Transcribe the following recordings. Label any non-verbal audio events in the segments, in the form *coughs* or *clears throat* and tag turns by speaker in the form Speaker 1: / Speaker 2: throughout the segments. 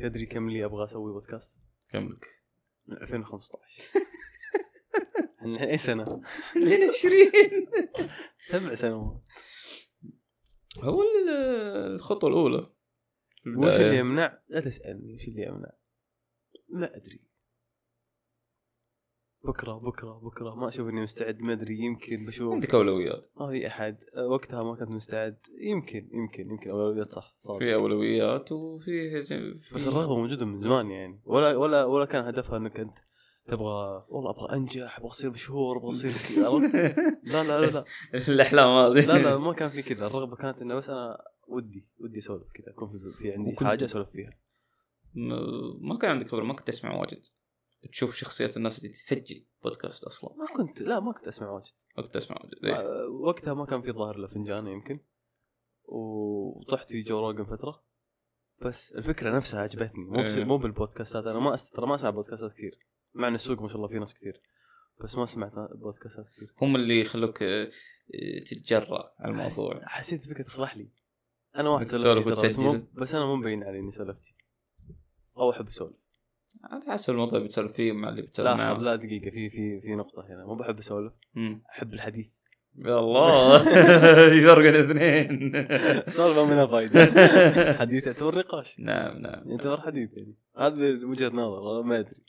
Speaker 1: تدري كم اللي ابغى اسوي بودكاست؟
Speaker 2: كملك
Speaker 1: من 2015 احنا الحين اي سنه؟
Speaker 3: لين 20
Speaker 1: سبع سنوات
Speaker 2: هو ال- الخطوه الاولى
Speaker 1: وش اللي
Speaker 2: البداية.
Speaker 1: يمنع؟ لا تسالني وش اللي يمنع؟ لا ادري بكره بكره بكره ما اشوف اني مستعد ما ادري يمكن بشوف
Speaker 2: عندك اولويات
Speaker 1: ما في احد وقتها ما كنت مستعد يمكن يمكن يمكن اولويات صح صار
Speaker 2: في اولويات وفي في-
Speaker 1: بس
Speaker 2: *laughs*
Speaker 1: الرغبه موجوده من زمان يعني ولا ولا ولا كان هدفها انك انت تبغى والله ابغى انجح ابغى اصير مشهور ابغى اصير كذا عرفت؟ لا لا لا لا
Speaker 2: الاحلام هذه
Speaker 1: لا
Speaker 2: *laughs*
Speaker 1: لا ما كان في كذا الرغبه كانت انه بس انا ودي ودي اسولف كذا يكون في, في عندي
Speaker 2: وكنت-
Speaker 1: حاجه اسولف فيها
Speaker 2: م- ما كان عندك خبره ما كنت تسمع واجد تشوف شخصيات الناس اللي تسجل بودكاست اصلا
Speaker 1: ما كنت لا ما كنت اسمع واجد
Speaker 2: ما كنت تسمع واجد إيه.
Speaker 1: آه، وقتها ما كان في ظاهر الا فنجان يمكن وطحت في جو روجن فتره بس الفكره نفسها عجبتني مو بس
Speaker 2: إيه.
Speaker 1: مو بالبودكاستات انا ما أست... ترى ما اسمع بودكاستات كثير مع ان السوق ما شاء الله فيه ناس كثير بس ما سمعت بودكاستات كثير
Speaker 2: هم اللي خلوك آه، آه، تتجرأ على الموضوع
Speaker 1: حس- حسيت الفكره تصلح لي انا واحد
Speaker 2: إنك
Speaker 1: سولفتي
Speaker 2: تسولف
Speaker 1: ترى، بس مو-
Speaker 2: وتسجل.
Speaker 1: بس انا مو مبين علي اني سولفتي او احب اسولف
Speaker 2: على حسب الموضوع اللي بتسولف فيه مع اللي بتسولف
Speaker 1: لا
Speaker 2: معه
Speaker 1: لا دقيقة في في في نقطة هنا مو بحب اسولف
Speaker 2: مم.
Speaker 1: احب الحديث
Speaker 2: يا
Speaker 1: *laughs*
Speaker 2: الله *laughs* يفرق الاثنين
Speaker 1: سولفة منها
Speaker 2: *laughs*
Speaker 1: فايدة حديث يعتبر نقاش
Speaker 2: نعم نعم
Speaker 1: يعتبر حديث يعني هذا وجهة نظر أنا ما ادري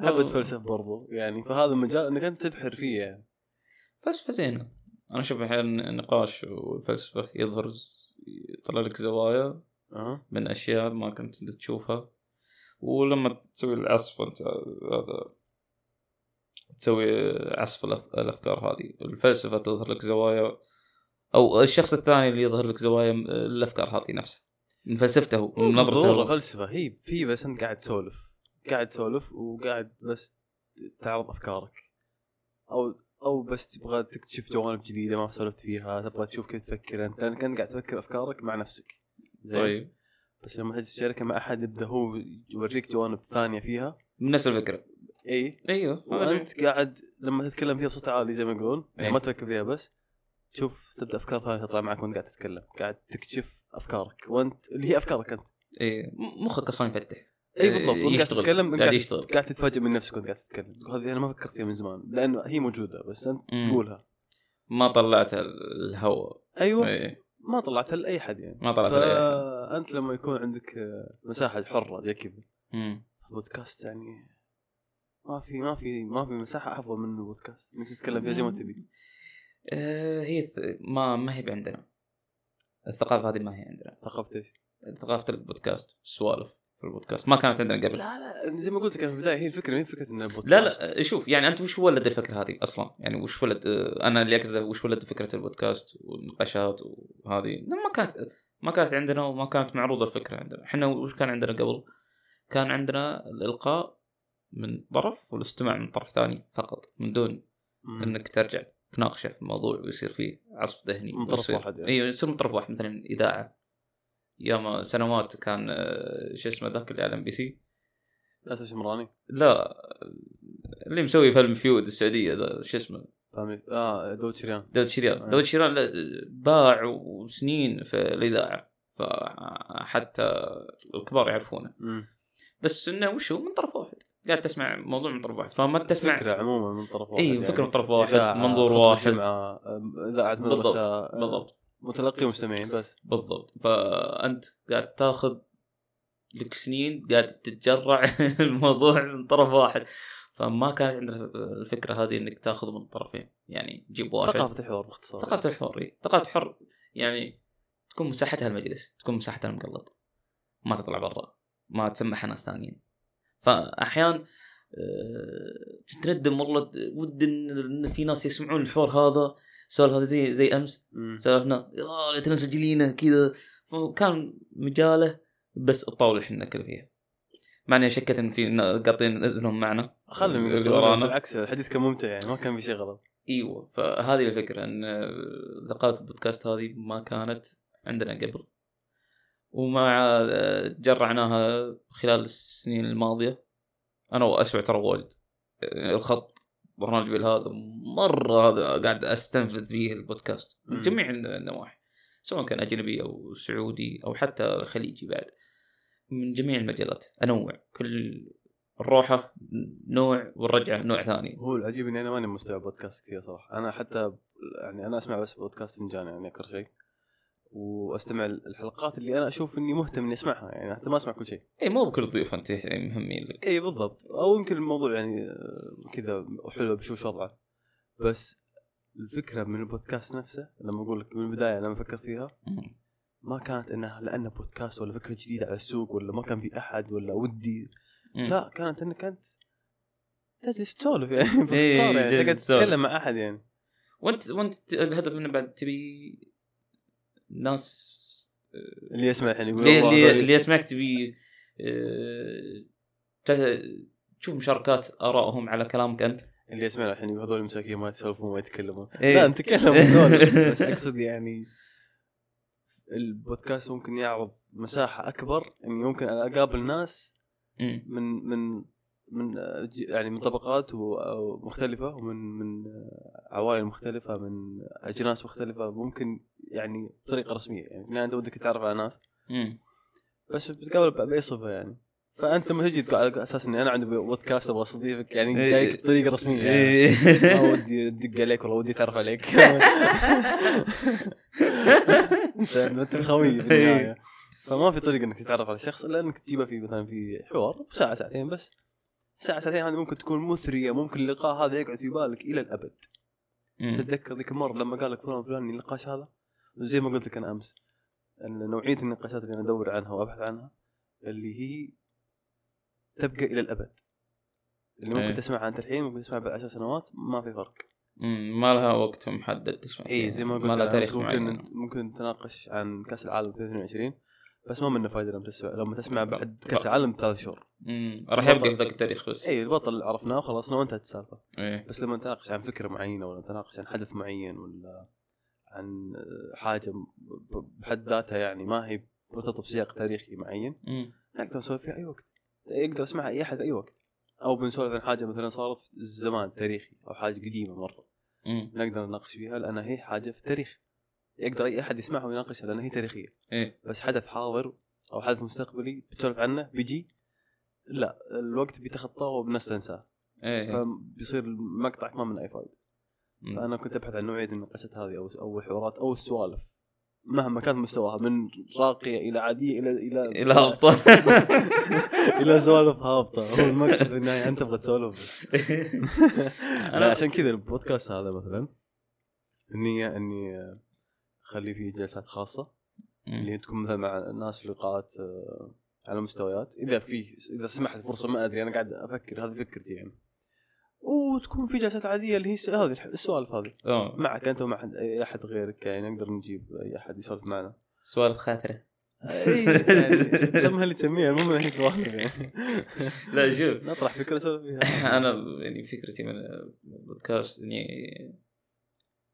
Speaker 1: احب اتفلسف برضو يعني فهذا المجال انك انت تبحر فيه يعني
Speaker 2: فلسفة زينة أنا أشوف أحيانا النقاش والفلسفة يظهر ز- يطلع لك زوايا
Speaker 1: اها
Speaker 2: من أشياء ما كنت أنت تشوفها ولما تسوي العصف أنت هذا تسوي عصف الأف- الأفكار هذه الفلسفة تظهر لك زوايا أو الشخص الثاني اللي يظهر لك زوايا م- الأفكار هذه نفسها من فلسفته هو، من نظرته
Speaker 1: بالضرورة
Speaker 2: هو.
Speaker 1: فلسفة هي في بس انت قاعد تسولف قاعد تسولف وقاعد بس تعرض افكارك او او بس تبغى تكتشف جوانب جديدة ما سولفت فيها تبغى تشوف كيف تفكر انت لانك انت قاعد تفكر افكارك مع نفسك زين
Speaker 2: طيب
Speaker 1: بس لما تجي تشاركها مع احد يبدا هو يوريك جوانب ثانيه فيها
Speaker 2: من نفس الفكرة
Speaker 1: اي
Speaker 2: أيوه هذا-
Speaker 1: وانت قاعد لما تتكلم فيها بصوت عالي زي ما يقولون يعني
Speaker 2: إيه.
Speaker 1: ما تفكر فيها بس تشوف تبدا افكار ثانيه تطلع معك وانت قاعد تتكلم قاعد تكتشف افكارك وانت اللي هي افكارك انت
Speaker 2: إيه م- مخك أصلا يفتح
Speaker 1: اي بالضبط
Speaker 2: إيه،
Speaker 1: وانت قاعد
Speaker 2: يشتغل.
Speaker 1: تتكلم وأنت
Speaker 2: قاعد
Speaker 1: قاعد-
Speaker 2: يشتغل.
Speaker 1: قاعد تتفاجئ من نفسك وانت قاعد تتكلم هذه انا ما فكرت فيها من زمان لان هي موجوده بس انت
Speaker 2: مم.
Speaker 1: تقولها
Speaker 2: ما طلعت الهواء
Speaker 1: ايوه
Speaker 2: إيه.
Speaker 1: ما طلعتها لاي احد يعني
Speaker 2: ما طلعت عليه
Speaker 1: فانت لما يكون عندك آه، مساحه حره زي كذا
Speaker 2: مم.
Speaker 1: بودكاست يعني ما في ما في ما في مساحه افضل من البودكاست انك تتكلم فيها زي ما تبي
Speaker 2: آه، هي ث- ما ما هي بعندنا الثقافة هذه ما هي عندنا
Speaker 1: ثقافته ايش؟
Speaker 2: ثقافة البودكاست السوالف في البودكاست ما كانت عندنا قبل
Speaker 1: لا لا زي ما قلت لك أنا في البدايه هي الفكره ما هي فكره انه بودكاست
Speaker 2: لا لا آه، شوف يعني انت وش ولد الفكره هذه اصلا؟ يعني وش ولد آه، انا اللي اقصده وش ولد فكره البودكاست والنقاشات وهذه لا، ما كانت ما كانت عندنا وما كانت معروضه الفكره عندنا، احنا وش كان عندنا قبل؟ كان عندنا الالقاء من طرف والاستماع من طرف ثاني فقط من دون
Speaker 1: مم.
Speaker 2: انك ترجع تناقشه في الموضوع ويصير فيه عصف ذهني
Speaker 1: من طرف
Speaker 2: ويصير-
Speaker 1: واحد يعني.
Speaker 2: ايوه يصير من طرف واحد مثلا اذاعه ياما سنوات كان آه، شو اسمه ذاك اللي على ام بي سي
Speaker 1: لا شمراني
Speaker 2: لا اللي مسوي فيلم فيود السعوديه ذا شو اسمه
Speaker 1: فاهمني اه دود شريان
Speaker 2: داود شيران
Speaker 1: آه.
Speaker 2: داود شيران لا، باع وسنين في الاذاعه فحتى الكبار يعرفونه
Speaker 1: مم.
Speaker 2: بس انه وش هو من طرف واحد قاعد تسمع موضوع من طرف واحد فما تسمع
Speaker 1: فكره عموما من طرف واحد
Speaker 2: اي
Speaker 1: يعني.
Speaker 2: فكره من طرف واحد
Speaker 1: إذاعة،
Speaker 2: منظور
Speaker 1: خطبة
Speaker 2: واحد
Speaker 1: جمعة، آه، آم، اذاعه مدرسه
Speaker 2: بالضبط
Speaker 1: متلقي ومستمعين بس
Speaker 2: بالضبط فانت قاعد تاخذ لك سنين قاعد تتجرع *laughs* الموضوع من طرف واحد فما كانت عندنا الفكره هذه انك تاخذ من طرفين يعني جيب واحد
Speaker 1: ثقافه الحوار باختصار
Speaker 2: ثقافه الحر إي. ثقافه الحر يعني تكون مساحتها المجلس تكون مساحتها المقلط ما تطلع برا ما تسمعها ناس ثانيين فاحيانا آه، تتندم والله ود ان إن في ناس يسمعون الحوار هذا سوالف هذا زي زي امس
Speaker 1: مم.
Speaker 2: سولفنا يا ليتنا مسجلينه كذا فكان مجاله بس الطاوله اللي احنا ناكل فيها مع اني شكيت ان في نا- قاطين اذنهم معنا
Speaker 1: خلهم
Speaker 2: اللي
Speaker 1: يقولون
Speaker 2: ورانا
Speaker 1: بالعكس الحديث كان ممتع يعني ما كان في شيء غلط
Speaker 2: ايوه فهذه الفكره ان ثقافه البودكاست هذه ما كانت عندنا قبل ومع جرعناها خلال السنين الماضيه انا واسوع ترى واجد الخط برنامج هذا مره هذا قاعد استنفذ فيه البودكاست من
Speaker 1: مم.
Speaker 2: جميع النواحي سواء كان اجنبي او سعودي او حتى خليجي بعد من جميع المجالات انوع كل الروحه نوع والرجعه نوع ثاني
Speaker 1: هو العجيب اني انا ماني مستمع بودكاست كثير صراحه انا حتى ب- يعني انا اسمع بس بودكاست فنجان يعني اكثر شيء واستمع الحلقات اللي انا اشوف اني مهتم اني اسمعها يعني حتى ما اسمع كل شيء
Speaker 2: اي إيه، مو بكل ضيوف انت مهمين لك
Speaker 1: اي بالضبط او يمكن الموضوع يعني آه، كذا حلو بشوش وضعه بس الفكره من البودكاست نفسه لما اقول لك من البدايه لما فكرت فيها
Speaker 2: مم.
Speaker 1: ما كانت انها لانه بودكاست ولا فكره جديده على السوق ولا ما كان في احد ولا ودي
Speaker 2: مم.
Speaker 1: لا كانت انك انت تجلس تسولف يعني باختصار
Speaker 2: إيه،
Speaker 1: يعني
Speaker 2: تجلس
Speaker 1: تقعد
Speaker 2: تسولف.
Speaker 1: تتكلم مع احد يعني
Speaker 2: وانت وانت ت- الهدف منه بعد تبي ناس
Speaker 1: اللي يسمع الحين يقول
Speaker 2: اللي
Speaker 1: والله
Speaker 2: اللي,
Speaker 1: هذول-
Speaker 2: اللي يسمعك تبي آه، ت- تشوف مشاركات ارائهم على كلامك انت
Speaker 1: اللي يسمع الحين يقول هذول المساكين ما يتسولفون ما يتكلمون
Speaker 2: إيه.
Speaker 1: لا نتكلم ونسولف بس اقصد يعني البودكاست ممكن يعرض مساحه اكبر اني ممكن أنا اقابل ناس
Speaker 2: مم.
Speaker 1: من من من آه، ج- يعني من طبقات و- أو مختلفه ومن من آه، عوائل مختلفه من اجناس مختلفه ممكن يعني بطريقه رسميه يعني في النهاية انت ودك تتعرف على ناس
Speaker 2: مم.
Speaker 1: بس بتقابل ب- باي صفه يعني فانت لما تجي تقول على اساس اني انا عندي بودكاست ابغى استضيفك يعني
Speaker 2: إيه.
Speaker 1: جايك بطريقه رسميه يعني. *laughs* ما
Speaker 2: إيه.
Speaker 1: ودي ادق عليك ولا ودي اتعرف عليك انت انت خوي
Speaker 2: إيه.
Speaker 1: بالنهايه فما في طريقه انك تتعرف على شخص الا انك تجيبه في مثلا في حوار ساعه ساعتين بس ساعه ساعتين هذه ممكن تكون مثريه ممكن اللقاء هذا يقعد في بالك الى الابد
Speaker 2: *laughs*
Speaker 1: *laughs*
Speaker 2: مم.
Speaker 1: تتذكر ذيك المره لما قال لك فلان فلان النقاش هذا زي ما قلت لك انا امس ان نوعيه النقاشات اللي انا ادور عنها وابحث عنها اللي هي تبقى الى الابد اللي ممكن
Speaker 2: إيه.
Speaker 1: تسمعها انت الحين ممكن تسمعها بعد عشر سنوات ما في فرق
Speaker 2: مم. ما لها وقت محدد تسمع
Speaker 1: اي إيه، زي ما قلت
Speaker 2: إيه، ما لها
Speaker 1: أنا،
Speaker 2: تاريخ
Speaker 1: ممكن
Speaker 2: معين
Speaker 1: ممكن نتناقش عن كاس العالم 2022 بس ما منه فائده لما تسمع لما تسمع بعد كاس العالم بثلاث شهور
Speaker 2: مم. راح يبقى في ذاك التاريخ بس
Speaker 1: اي البطل عرفناه وخلصنا وانتهت السالفه
Speaker 2: إيه.
Speaker 1: بس لما نتناقش عن فكره معينه ولا نتناقش عن حدث معين ولا عن حاجه ب- بحد ذاتها يعني ما هي مرتبطه بسياق تاريخي معين
Speaker 2: مم.
Speaker 1: نقدر نسولف فيها اي وقت يقدر يسمعها اي احد اي وقت او بنسولف عن حاجه مثلا صارت في الزمان تاريخي او حاجه قديمه مره
Speaker 2: مم.
Speaker 1: نقدر نناقش فيها لانها هي حاجه في التاريخ يقدر اي احد يسمعها ويناقشها لانها هي تاريخيه
Speaker 2: إيه.
Speaker 1: بس حدث حاضر او حدث مستقبلي بتسولف عنه بيجي لا الوقت بيتخطاه والناس تنساه
Speaker 2: ايه
Speaker 1: فبيصير مقطعك ما من اي فائده
Speaker 2: مم.
Speaker 1: فانا كنت ابحث عن نوعيه النقاشات هذه او او الحوارات او السوالف مهما كان مستواها من راقيه الى عاديه الى الى
Speaker 2: الى
Speaker 1: *laughs*
Speaker 2: *laughs* افضل
Speaker 1: الى سوالف هابطه هو المقصد في النهايه انت تبغى تسولف بس لا عشان كذا البودكاست هذا مثلا النية اني اخلي فيه جلسات خاصة اللي هي تكون مثلا مع ناس لقاءات آه، على مستويات اذا في اذا سمحت فرصة ما ادري انا قاعد افكر هذه فكرتي يعني وتكون في جلسات عادية اللي هي س- هذه الح- السوالف هذه
Speaker 2: آه،
Speaker 1: معك انت ومع أحد- اي احد غيرك يعني نقدر نجيب اي احد يسولف معنا
Speaker 2: سوالف خاطره
Speaker 1: *laughs* اي يعني تسميها اللي تسميها المهم إنها هي سوالف يعني
Speaker 2: لا شوف *coughs*
Speaker 1: نطرح فكرة نسولف
Speaker 2: *laughs*
Speaker 1: فيها
Speaker 2: انا يعني فكرتي من البودكاست اني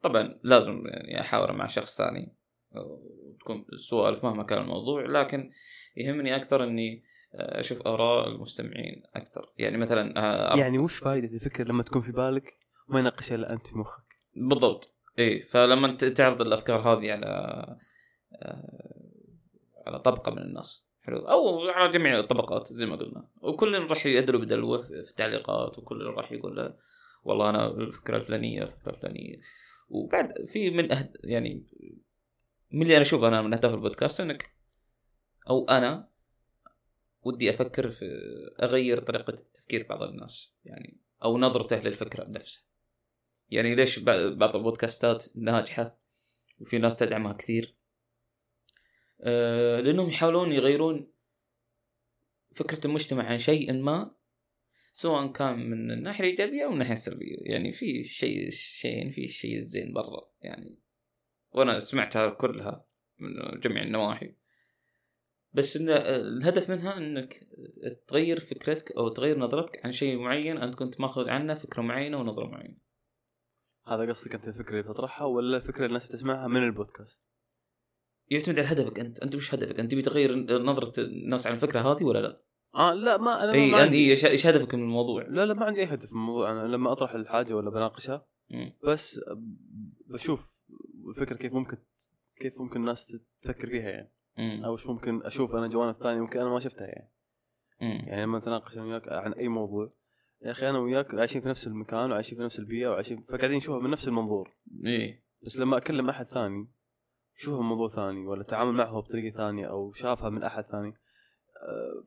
Speaker 2: طبعا لازم يعني احاور مع شخص ثاني وتكون السوالف مهما كان الموضوع لكن يهمني اكثر اني اشوف اراء المستمعين اكثر يعني مثلا أعرف-
Speaker 1: يعني وش فائدة الفكرة لما تكون في بالك ما يناقشها الا انت في مخك
Speaker 2: بالضبط اي فلما ت- تعرض الافكار هذه على آه، على طبقه من الناس حلو او على جميع الطبقات زي ما قلنا وكل راح يدلو بدلوه في التعليقات وكل راح يقول له والله انا الفكره الفلانيه الفكره الفلانيه وبعد في من أهد يعني من اللي انا اشوفه انا من اهداف البودكاست انك او انا ودي افكر في اغير طريقه تفكير بعض الناس يعني او نظرته للفكره بنفسه يعني ليش ب- بعض البودكاستات ناجحه وفي ناس تدعمها كثير آه لانهم يحاولون يغيرون فكره المجتمع عن شيء ما سواء كان من الناحيه الايجابيه او الناحيه السلبيه يعني في شيء شيئين في الشيء الزين برا يعني وانا سمعتها كلها من جميع النواحي بس إن أه، الهدف منها انك تغير فكرتك او تغير نظرتك عن شيء معين انت كنت ماخذ عنه فكره معينه ونظره معينه
Speaker 1: هذا قصدك انت الفكره اللي تطرحها ولا الفكره اللي الناس بتسمعها من البودكاست؟
Speaker 2: يعتمد على هدفك انت انت وش هدفك انت تبي تغير نظره الناس عن الفكره هذه ولا لا يعني
Speaker 1: اه لا ما انا
Speaker 2: اي
Speaker 1: ما
Speaker 2: انت
Speaker 1: عندي
Speaker 2: ايش ايش هدفك من الموضوع
Speaker 1: لا لا ما عندي اي هدف من الموضوع انا لما اطرح الحاجه ولا بناقشها
Speaker 2: مم.
Speaker 1: بس بشوف الفكره كيف ممكن كيف ممكن الناس تفكر فيها يعني
Speaker 2: مم.
Speaker 1: او ايش ممكن اشوف انا جوانب ثانيه ممكن انا ما شفتها يعني
Speaker 2: مم.
Speaker 1: يعني لما نتناقش انا وياك عن اي موضوع يا اخي انا وياك عايشين في نفس المكان وعايشين في نفس البيئه وعايشين فقاعدين نشوفها من نفس المنظور
Speaker 2: ايه
Speaker 1: بس لما اكلم احد ثاني شوفه من موضوع ثاني ولا تعامل معه بطريقه ثانيه او شافها من احد ثاني آه،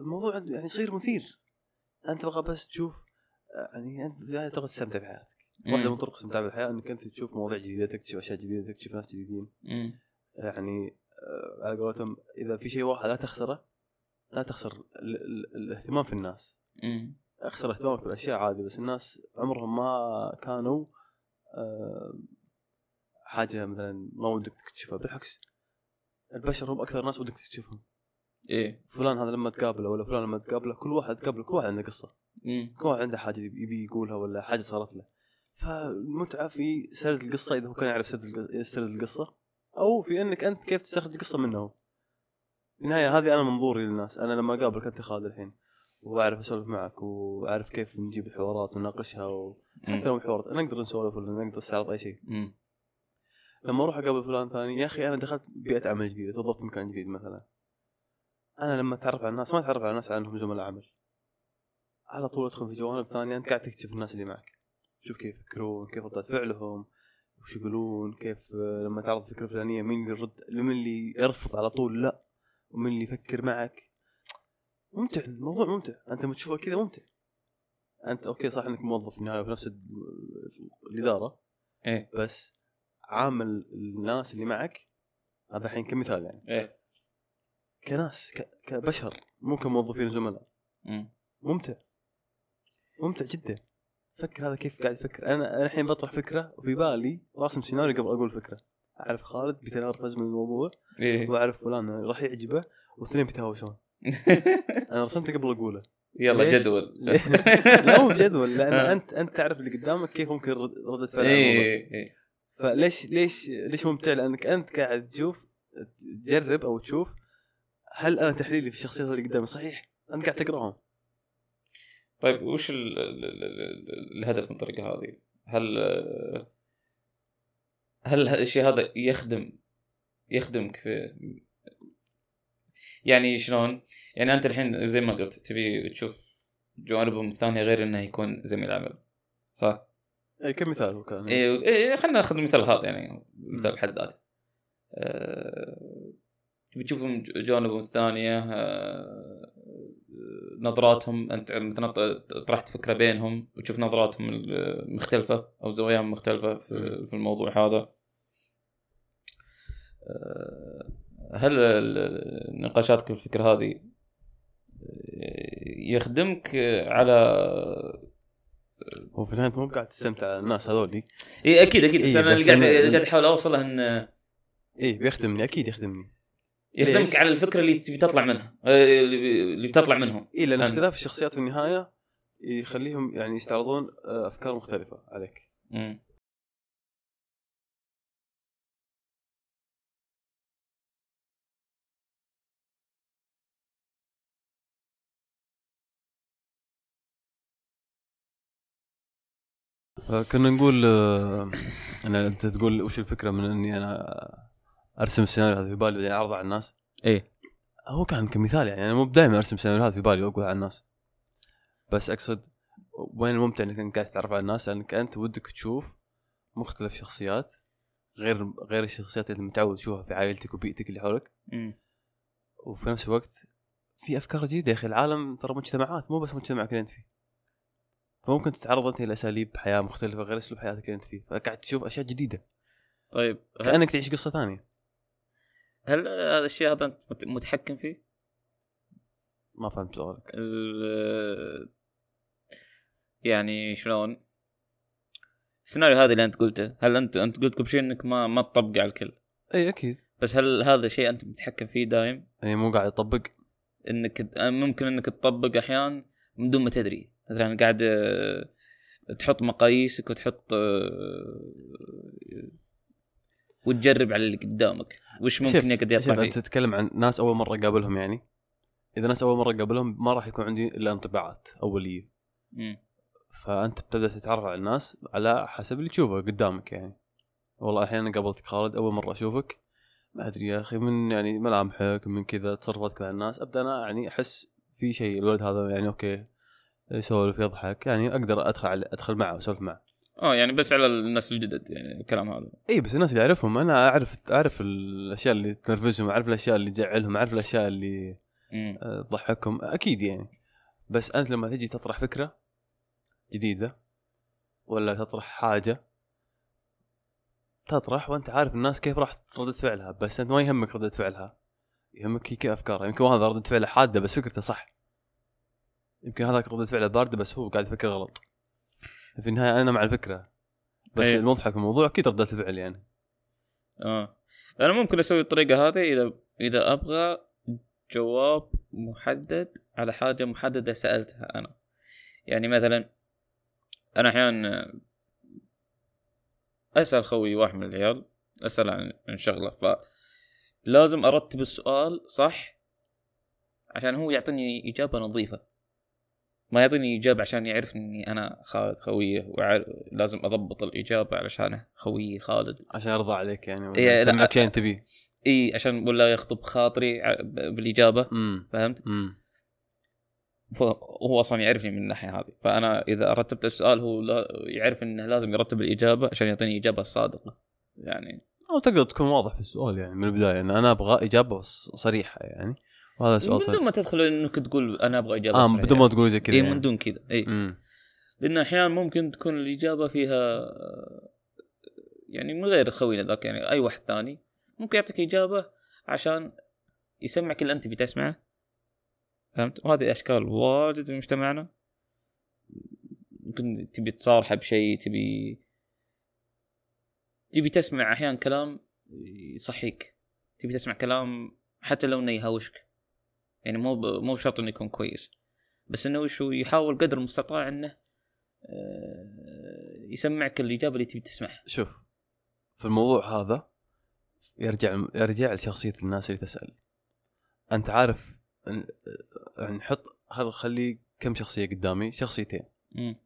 Speaker 1: الموضوع عند- يعني يصير مثير انت تبغى بس تشوف آه، يعني انت في النهاية تبغى تستمتع بحياتك واحده من طرق استمتاع بالحياه انك انت تشوف مواضيع جديده تكتشف اشياء جديده تكتشف ناس جديدين
Speaker 2: مم.
Speaker 1: يعني آه، على قولتهم اذا في شيء واحد لا تخسره لا تخسر ال- ال- الاهتمام في الناس
Speaker 2: مم.
Speaker 1: اخسر اهتمامك بالاشياء عادي بس الناس عمرهم ما كانوا آه، حاجه مثلا ما ودك تكتشفها بالعكس البشر هم اكثر ناس ودك تكتشفهم
Speaker 2: ايه
Speaker 1: فلان هذا لما تقابله ولا فلان لما تقابله كل واحد تقابله كل واحد عنده قصه
Speaker 2: مم.
Speaker 1: كل واحد عنده حاجه يبي يقولها ولا حاجه صارت له فالمتعه في سرد القصه اذا هو كان يعرف سرد الق- سرد القصه او في انك انت كيف تستخرج القصه منه هو. في النهايه هذه انا منظوري للناس انا لما اقابلك انت خالد الحين واعرف اسولف معك واعرف كيف نجيب الحوارات ونناقشها و... حتى لو حوارات نقدر نسولف ولا نقدر نستعرض اي شيء
Speaker 2: مم.
Speaker 1: لما اروح اقابل فلان ثاني يا اخي انا دخلت بيئه عمل جديده توظفت في مكان جديد مثلا انا لما اتعرف على الناس ما اتعرف على الناس عنهم زملاء عمل على طول ادخل في جوانب ثانيه انت قاعد تكتشف الناس اللي معك شوف كيف يفكرون كيف ردات فعلهم وش يقولون كيف آه، لما تعرض فكره فلانيه مين اللي يرد مين اللي يرفض على طول لا ومين اللي يفكر معك ممتع الموضوع ممتع انت لما تشوفه كذا ممتع انت اوكي صح انك موظف في النهايه في نفس ال- الاداره
Speaker 2: ايه
Speaker 1: بس عامل الناس اللي معك هذا الحين كمثال يعني
Speaker 2: ايه
Speaker 1: كناس ك- كبشر مو كموظفين زملاء
Speaker 2: مم.
Speaker 1: ممتع ممتع جدا فكر هذا كيف قاعد يفكر انا أنا الحين بطرح فكره وفي بالي راسم سيناريو قبل اقول فكره اعرف خالد بيتنرفز من الموضوع *laughs*
Speaker 2: ايه
Speaker 1: واعرف فلان راح يعجبه والاثنين بيتهاوشون انا رسمته قبل اقوله
Speaker 2: *laughs* يلا
Speaker 1: ليش؟
Speaker 2: *laughs* جدول
Speaker 1: لا مو بجدول لان
Speaker 2: آه.
Speaker 1: انت انت تعرف اللي قدامك كيف ممكن رد- رده فعله على الموضوع.
Speaker 2: ايه ايه
Speaker 1: فليش ليش ليش ممتع؟ لانك انت قاعد تشوف تجرب او تشوف هل انا تحليلي في الشخصيات اللي قدامي صحيح؟ انت قاعد تقراهم
Speaker 2: طيب وش ال- ال- ال- ال- ال- الهدف من الطريقه هذه؟ هل هل الشيء هذا يخدم يخدمك في يعني شلون؟ يعني انت الحين زي ما قلت تبي تشوف جوانبهم الثانيه غير انه يكون زميل عمل صح؟
Speaker 1: اي كمثال هو كان
Speaker 2: ايه إيه، خلينا ناخذ مثال هذا يعني مثال بحد ذاته أه بتشوفهم ج- جوانبهم الثانيه أه نظراتهم انت مثلا ط- طرحت فكره بينهم وتشوف نظراتهم المختلفه او زواياهم المختلفه في,
Speaker 1: مم.
Speaker 2: في الموضوع هذا أه هل ال- ال- نقاشاتك في الفكره هذه أه، يخدمك على
Speaker 1: هو في النهايه أنت مو قاعد تستمتع على الناس هذول
Speaker 2: اي اكيد اكيد بس
Speaker 1: إيه،
Speaker 2: انا
Speaker 1: بس
Speaker 2: اللي قاعد
Speaker 1: أنا-
Speaker 2: اللي قاعد احاول اوصله ان
Speaker 1: اي إيه، بيخدمني اكيد يخدمني ليش؟
Speaker 2: يخدمك على الفكره اللي تبي تطلع منها آه، اللي اللي بتطلع منهم
Speaker 1: اي لان
Speaker 2: أنت.
Speaker 1: إيه، اختلاف الشخصيات في النهايه يخليهم يعني يستعرضون آه، افكار مختلفه عليك آه، كنا نقول آه، انا انت تقول وش الفكره من اني انا ارسم السيناريو هذا في بالي بعدين اعرضه على الناس
Speaker 2: ايه
Speaker 1: هو كان كمثال يعني انا مو دائما ارسم سيناريوهات في بالي واقول على الناس بس اقصد وين الممتع انك انت قاعد تتعرف على الناس لانك انت ودك تشوف مختلف شخصيات غير غير الشخصيات اللي متعود تشوفها في عائلتك وبيئتك اللي حولك وفي نفس الوقت في افكار جديده يا اخي العالم ترى مجتمعات مو بس مجتمعك اللي انت فيه فممكن تتعرض انت لاساليب حياه مختلفه غير اسلوب حياتك اللي انت فيه فقاعد تشوف اشياء جديده
Speaker 2: طيب هل,
Speaker 1: كانك تعيش قصه ثانيه
Speaker 2: هل هذا الشيء هذا انت مت- متحكم فيه؟
Speaker 1: ما فهمت سؤالك
Speaker 2: ال- يعني شلون؟ السيناريو هذا اللي انت قلته هل انت انت قلت قبل شيء انك ما ما تطبقه على الكل
Speaker 1: اي اكيد
Speaker 2: بس هل هذا شيء انت متحكم فيه دايم؟
Speaker 1: يعني مو قاعد اطبق
Speaker 2: انك ت- آه، ممكن انك تطبق احيان من دون ما تدري مثلا قاعد آه، تحط مقاييسك وتحط آه، وتجرب على اللي قدامك وش
Speaker 1: شوف-
Speaker 2: ممكن يقعد
Speaker 1: شوف
Speaker 2: يطلع
Speaker 1: انت
Speaker 2: فيه
Speaker 1: تتكلم عن ناس اول مره اقابلهم يعني اذا ناس اول مره اقابلهم ما راح يكون عندي الا انطباعات اوليه
Speaker 2: مم.
Speaker 1: فانت بتبدا تتعرف على الناس على حسب اللي تشوفه قدامك يعني والله الحين انا قابلتك خالد اول مره اشوفك ما ادري يا اخي من يعني ملامحك من كذا تصرفاتك مع الناس ابدا انا يعني احس في شيء الولد هذا يعني اوكي يسولف يضحك يعني اقدر ادخل ادخل معه واسولف معه
Speaker 2: اه يعني بس على الناس الجدد يعني الكلام هذا
Speaker 1: اي بس الناس اللي اعرفهم انا اعرف اعرف الاشياء اللي تنرفزهم اعرف الاشياء اللي تزعلهم اعرف الاشياء اللي
Speaker 2: مم.
Speaker 1: آه، تضحكهم اكيد يعني بس انت لما تجي تطرح فكره جديده ولا تطرح حاجه تطرح وانت عارف الناس كيف راح ردة فعلها بس انت ما يهمك ردة فعلها يهمك هي كيف افكارها يمكن هذا ردة فعله حاده بس فكرته صح يمكن هذاك ردة فعله بارده بس هو قاعد يفكر غلط في النهايه انا مع الفكره بس
Speaker 2: أي.
Speaker 1: المضحك في الموضوع اكيد ردة الفعل يعني
Speaker 2: اه انا ممكن اسوي الطريقه هذه اذا اذا ابغى جواب محدد على حاجه محدده سالتها انا يعني مثلا انا احيانا اسال خوي واحد من العيال اسال عن عن شغله فلازم ارتب السؤال صح عشان هو يعطيني اجابه نظيفه ما يعطيني اجابه عشان يعرف اني انا خالد خويه وعار- لازم اضبط الاجابه علشان خويي خالد
Speaker 1: عشان ارضى عليك يعني
Speaker 2: إيه، لا.
Speaker 1: ولا اسمعك شيء انت تبيه
Speaker 2: اي عشان ولا يخطب خاطري ع- ب- بالاجابه
Speaker 1: امم
Speaker 2: فهمت؟
Speaker 1: امم
Speaker 2: فهو اصلا يعرفني من الناحيه هذه فانا اذا رتبت السؤال هو لا يعرف انه لازم يرتب الاجابه عشان يعطيني الاجابه الصادقه يعني
Speaker 1: او تقدر تكون واضح في السؤال يعني من البدايه ان انا ابغى اجابه ص- صريحه يعني وهذا سؤال
Speaker 2: من
Speaker 1: صريح
Speaker 2: دون ما تدخل انك تقول انا ابغى اجابه
Speaker 1: آه
Speaker 2: صريحة.
Speaker 1: بدون ما تقول زي كذا
Speaker 2: اي
Speaker 1: يعني.
Speaker 2: من دون كذا اي
Speaker 1: أمم.
Speaker 2: لان احيانا ممكن تكون الاجابه فيها يعني من غير خوينا ذاك يعني اي واحد ثاني ممكن يعطيك اجابه عشان يسمعك اللي انت بتسمعه فهمت وهذه اشكال واجد في مجتمعنا ممكن تبي تصارحه بشيء تبي تبي تسمع احيانا كلام يصحيك تبي تسمع كلام حتى لو انه يهاوشك يعني مو ب- مو شرط انه يكون كويس بس انه شو يحاول قدر المستطاع انه آه، يسمعك الاجابه اللي تبي تسمعها
Speaker 1: شوف في الموضوع هذا يرجع يرجع لشخصيه الناس اللي تسال انت عارف إن- يعني نحط هذا خلي كم شخصيه قدامي شخصيتين
Speaker 2: مم.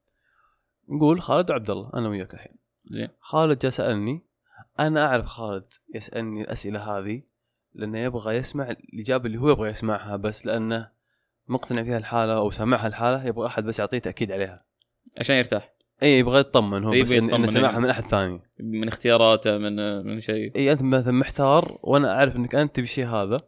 Speaker 1: نقول خالد وعبد الله انا وياك الحين
Speaker 2: زين
Speaker 1: خالد جاء سالني انا اعرف خالد يسالني الاسئله هذه لانه يبغى يسمع الاجابه اللي هو يبغى يسمعها بس لانه مقتنع فيها الحاله او سامعها الحاله يبغى احد بس يعطيه تاكيد عليها
Speaker 2: عشان يرتاح
Speaker 1: اي يبغى يطمن هو
Speaker 2: إي،
Speaker 1: بس
Speaker 2: يبغى
Speaker 1: إن- انه
Speaker 2: طيب، يطمن،
Speaker 1: سمعها
Speaker 2: إي.
Speaker 1: من احد ثاني
Speaker 2: من اختياراته من من شيء
Speaker 1: اي انت مثلا محتار وانا اعرف انك انت تبي الشيء هذا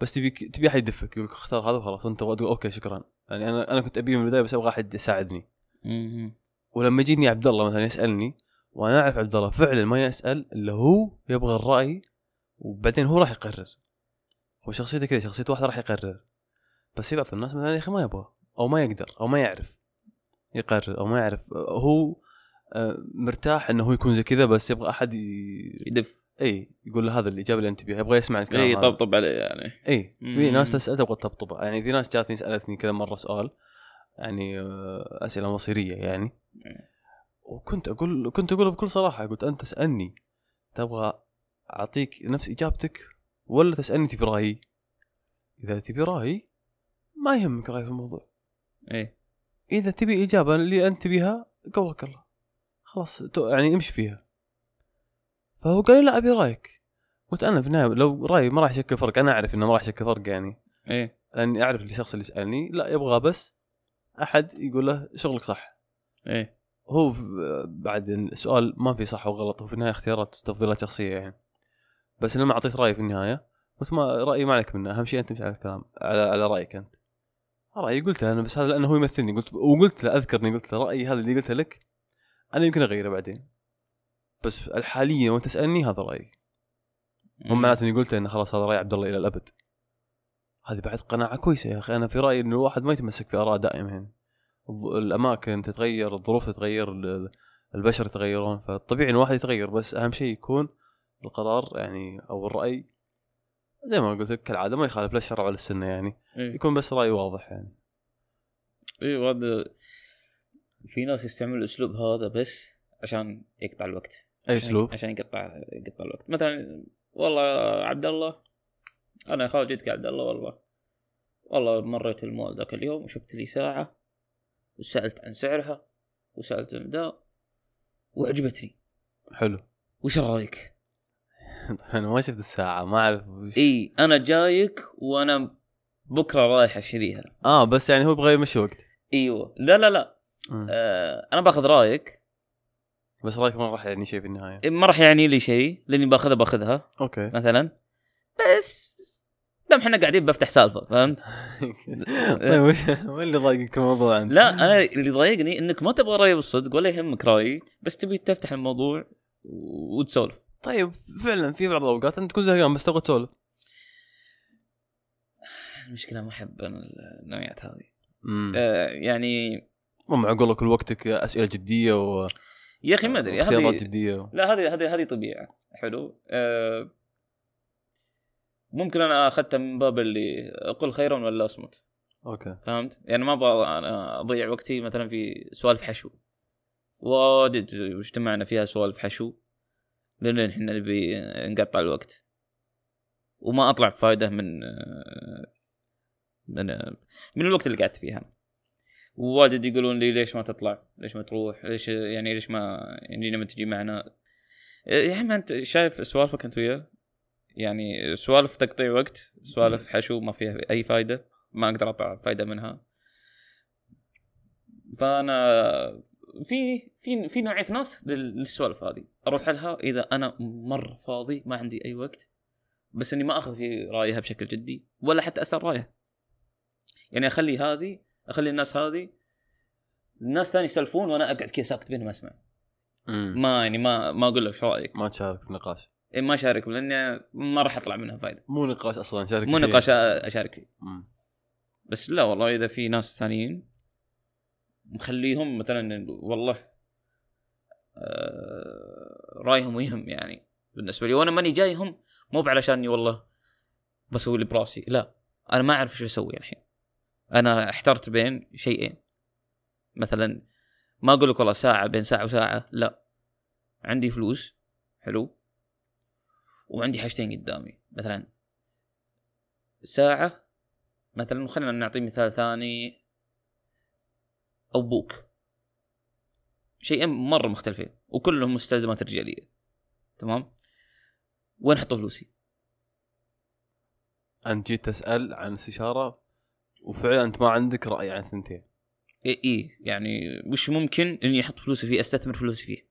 Speaker 1: بس تبي تبي احد يدفك يقول لك اختار هذا وخلاص انت تقول اوكي شكرا يعني انا انا كنت ابيه من البدايه بس ابغى احد يساعدني
Speaker 2: مم.
Speaker 1: ولما يجيني عبد الله مثلا يسالني وانا اعرف عبد الله فعلا ما يسال الا هو يبغى الراي وبعدين هو راح يقرر هو شخصيته كذا شخصيه واحد راح يقرر بس في بعض الناس مثلا يا اخي ما يبغى او ما يقدر او ما يعرف يقرر او ما يعرف هو آه، مرتاح انه هو يكون زي كذا بس يبغى احد ي...
Speaker 2: يدف
Speaker 1: اي يقول له هذا الاجابه اللي انت تبيها يبغى يسمع الكلام
Speaker 2: اي
Speaker 1: هذا.
Speaker 2: طبطب عليه يعني
Speaker 1: اي في
Speaker 2: مم.
Speaker 1: ناس تسال تبغى تطبطبه يعني في ناس جاتني سالتني كذا مره سؤال يعني آه، اسئله مصيريه يعني وكنت اقول كنت اقول بكل صراحه قلت انت تسالني تبغى اعطيك نفس اجابتك ولا تسالني تبي رايي؟ اذا تبي رايي ما يهمك رايي في الموضوع
Speaker 2: اي
Speaker 1: اذا تبي اجابه اللي انت تبيها قواك الله خلاص تو- يعني امشي فيها فهو قال لي لا ابي رايك قلت انا في النهايه لو رايي ما راح يشكل فرق انا اعرف انه ما راح يشكل فرق يعني
Speaker 2: اي
Speaker 1: لاني اعرف الشخص اللي سالني لا يبغى بس احد يقول له شغلك صح
Speaker 2: اي
Speaker 1: هو ف- بعد السؤال ما في صح وغلط هو في النهايه اختيارات وتفضيلات شخصيه يعني بس لما اعطيت رايي في النهايه قلت ما رايي ما عليك منه اهم شيء انت تمشي على الكلام على, على رايك انت رايي قلته انا بس هذا لانه هو يمثلني قلت وقلت له اذكرني قلت له رايي هذا اللي قلته لك انا يمكن اغيره بعدين بس الحاليه وانت تسالني هذا رايي مو معناته اني قلت انه خلاص هذا راي عبد الله الى الابد هذه بعد قناعه كويسه يا اخي انا في رايي انه الواحد ما يتمسك في اراء دائما هنا الظ- الاماكن تتغير الظروف تتغير ال- البشر يتغيرون فالطبيعي ان الواحد يتغير بس اهم شيء يكون القرار يعني او الراي زي ما قلت لك كالعاده ما يخالف لا الشرع ولا السنه يعني
Speaker 2: اي
Speaker 1: يكون بس راي واضح يعني
Speaker 2: اي إيه، وهذا في ناس يستعملوا الاسلوب هذا بس عشان يقطع الوقت
Speaker 1: اي
Speaker 2: عشان-
Speaker 1: اسلوب
Speaker 2: يعني عشان يقطع يقطع الوقت مثلا والله عبد الله انا خالد جيتك يا عبد الله والله والله مريت المول ذاك اليوم وشفت لي ساعه وسالت عن سعرها وسالت عن ذا وعجبتني
Speaker 1: حلو *laughs*
Speaker 2: وش رايك؟
Speaker 1: انا ما شفت الساعه ما اعرف وش
Speaker 2: اي انا جايك وانا بكره رايح اشتريها
Speaker 1: اه بس يعني هو يبغى يمشي وقت
Speaker 2: ايوه لا لا لا
Speaker 1: آه.
Speaker 2: آه انا باخذ رايك
Speaker 1: بس رايك ما راح يعني شيء في النهايه
Speaker 2: ما راح يعني لي شيء لاني باخذها باخذها
Speaker 1: اوكي
Speaker 2: مثلا بس دام احنا قاعدين بفتح سالفه فهمت؟
Speaker 1: طيب وش ما اللي ضايقك الموضوع انت؟
Speaker 2: لا انا اللي ضايقني انك ما تبغى رايي بالصدق ولا يهمك رايي بس تبي تفتح الموضوع وتسولف
Speaker 1: طيب فعلا في بعض الاوقات انت تكون زهقان بس تبغى تسولف
Speaker 2: المشكله ما احب انا النوعيات هذه
Speaker 1: أمم.
Speaker 2: آه يعني
Speaker 1: مو معقول كل وقتك اسئله جديه و
Speaker 2: يا اخي ما ادري
Speaker 1: اختيارات
Speaker 2: هذه
Speaker 1: جديه و...
Speaker 2: لا هذه هذه هذه طبيعه حلو آه ممكن انا اخذتها من باب اللي قل خيرا ولا اصمت
Speaker 1: اوكي
Speaker 2: فهمت؟ يعني ما ابغى أنا اضيع وقتي مثلا في سوالف حشو واجد اجتمعنا فيها سوالف حشو لان احنا نبي نقطع الوقت وما اطلع بفائده من آه، من آه، من الوقت اللي قعدت فيها واجد يقولون لي ليش ما تطلع؟ ليش ما تروح؟ ليش يعني ليش ما يعني لما تجي معنا؟ آه، يا عمي انت شايف سوالفك انت وياه؟ يعني سوالف تقطيع وقت، سوالف حشو ما فيها اي فائده، ما اقدر اطلع فائده منها. فانا في في في نوعيه ناس لل- للسوالف هذه، اروح لها اذا انا مره فاضي ما عندي اي وقت بس اني ما اخذ في رايها بشكل جدي ولا حتى اسال رايها. يعني اخلي هذه اخلي الناس هذه الناس ثاني يسلفون وانا اقعد كذا ساكت بينهم اسمع
Speaker 1: أمم.
Speaker 2: ما يعني ما ما اقول لك شو رايك
Speaker 1: ما تشارك في النقاش
Speaker 2: إيه، ما اشارك لاني ما راح اطلع منها فايده
Speaker 1: مو نقاش اصلا شارك
Speaker 2: مو
Speaker 1: فيه.
Speaker 2: نقاش اشارك فيه
Speaker 1: أمم.
Speaker 2: بس لا والله اذا في ناس ثانيين مخليهم مثلا والله آه، رايهم يهم يعني بالنسبه لي وانا ماني جايهم مو بعلشان إني والله بسوي اللي براسي لا انا ما اعرف شو اسوي الحين انا احترت بين شيئين مثلا ما اقول لك والله ساعه بين ساعه وساعه لا عندي فلوس حلو وعندي حاجتين قدامي مثلا ساعه مثلا خلينا نعطي مثال ثاني او بوك شيئين مره مختلفين وكلهم مستلزمات رجاليه تمام وين احط فلوسي
Speaker 1: انت جيت تسال عن استشاره وفعلا انت ما عندك راي عن ثنتين
Speaker 2: اي إيه يعني وش ممكن اني احط فلوسي فيه استثمر فلوسي فيه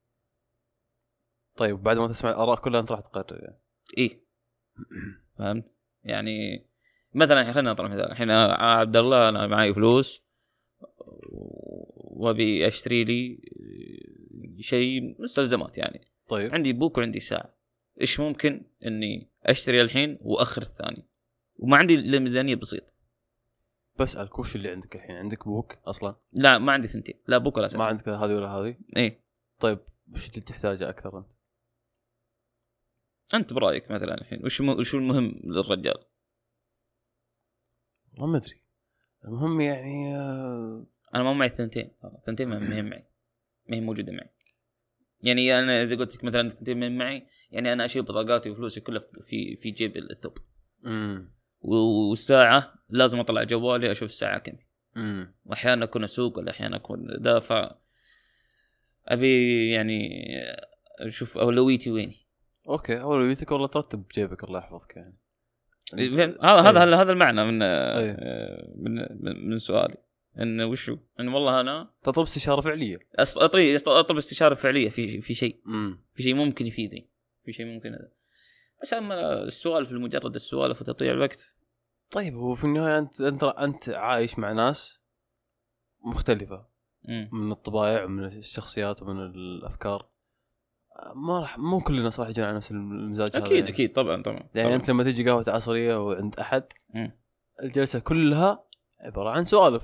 Speaker 1: طيب بعد ما تسمع الاراء كلها انت راح تقرر يعني
Speaker 2: اي إيه. فهمت يعني مثلا خلينا نضرب مثال الحين آه، عبد الله انا معي فلوس وابي اشتري لي شيء مستلزمات يعني
Speaker 1: طيب
Speaker 2: عندي بوك وعندي ساعة ايش ممكن اني اشتري الحين واخر الثاني وما عندي الا ميزانية بسيطة
Speaker 1: بسالك وش اللي عندك الحين عندك بوك اصلا
Speaker 2: لا ما عندي ثنتين لا بوك ولا
Speaker 1: ما
Speaker 2: ساعة
Speaker 1: عندك لا هذه ولا هذه
Speaker 2: ايه
Speaker 1: طيب وش اللي تحتاجه اكثر انت
Speaker 2: انت برايك مثلا الحين وش م... وش المهم للرجال
Speaker 1: والله ما ادري المهم يعني آه،
Speaker 2: انا ما معي ثنتين ثنتين ما ما هي معي ما هي موجودة معي يعني انا اذا قلت لك مثلا ثنتين ما هي معي يعني انا اشيل بطاقاتي وفلوسي كلها في في جيب الثوب
Speaker 1: امم
Speaker 2: و- والساعة لازم اطلع جوالي اشوف الساعة كم
Speaker 1: امم
Speaker 2: واحيانا اكون اسوق ولا احيانا اكون ذا ف ابي يعني اشوف اولويتي وين
Speaker 1: اوكي اولويتك والله ترتب جيبك الله يحفظك يعني
Speaker 2: فهم- هذا هذا
Speaker 1: أيوه.
Speaker 2: هذا المعنى من
Speaker 1: أيوه.
Speaker 2: آه، من من- من سؤالي انه وشو؟ انه والله انا
Speaker 1: تطلب استشاره فعليه
Speaker 2: أص- اطري أص- اطلب استشاره فعليه في في شيء
Speaker 1: امم
Speaker 2: في شيء ممكن يفيدني في شيء ممكن هذا بس اما السوالف المجرد السوالف وتضييع الوقت
Speaker 1: طيب هو في النهايه انت انت انت عايش مع ناس مختلفه
Speaker 2: مم.
Speaker 1: من الطبايع ومن الشخصيات ومن الافكار ما راح مو كل الناس راح يجون على نفس المزاج هذا
Speaker 2: اكيد
Speaker 1: يعني.
Speaker 2: اكيد طبعا طبعا
Speaker 1: يعني
Speaker 2: طبعاً.
Speaker 1: انت لما تجي قهوه عصريه وعند احد
Speaker 2: مم.
Speaker 1: الجلسه كلها عباره عن سوالف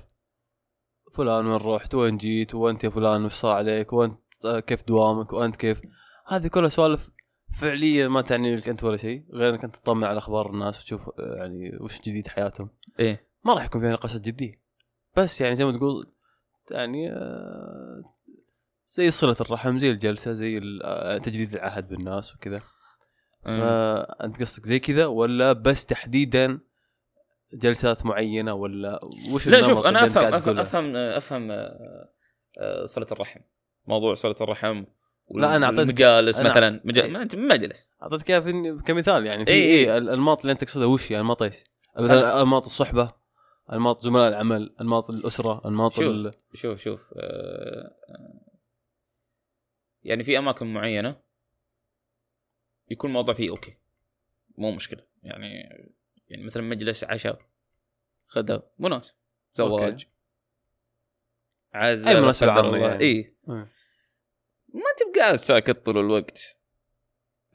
Speaker 1: فلان وين رحت وين جيت وانت يا فلان وش صار عليك وانت آه، كيف دوامك وانت كيف هذه كلها سوالف فعليا ما تعني لك انت ولا شيء غير انك انت تطمع على اخبار الناس وتشوف آه، يعني وش جديد حياتهم
Speaker 2: ايه
Speaker 1: ما راح يكون فيها نقاشات جديه بس يعني زي ما تقول يعني آه، زي صلة الرحم زي الجلسة زي ال- آه، تجديد العهد بالناس وكذا
Speaker 2: مم.
Speaker 1: فأنت قصدك زي كذا ولا بس تحديدا جلسات معينة ولا وش
Speaker 2: لا
Speaker 1: النمط
Speaker 2: شوف انا
Speaker 1: اللي أنت
Speaker 2: افهم
Speaker 1: قاعد
Speaker 2: افهم
Speaker 1: تقوله؟
Speaker 2: افهم افهم آه، آه، صله الرحم موضوع صله الرحم
Speaker 1: لا، أنا أعطيتك-
Speaker 2: مجالس
Speaker 1: أنا-
Speaker 2: مثلا مج-
Speaker 1: إيه.
Speaker 2: ما أنت- مجلس
Speaker 1: اعطيتك اياها في- كمثال يعني في
Speaker 2: إي
Speaker 1: إيه
Speaker 2: إي.
Speaker 1: إيه الانماط اللي انت تقصدها وش يعني؟ هي انماط ايش؟ مثلا انماط الصحبه انماط زملاء العمل انماط الاسره انماط
Speaker 2: شوف.
Speaker 1: ال...
Speaker 2: شوف شوف آه، آه، يعني في اماكن معينه يكون الموضوع فيه اوكي مو مشكله يعني يعني مثلا مجلس عشاء غدا مناسب زواج
Speaker 1: أوكي.
Speaker 2: عزاء
Speaker 1: أي مناسبة عامة يعني.
Speaker 2: يعني. اي
Speaker 1: إيه،
Speaker 2: ما تبقى قاعد ساكت طول الوقت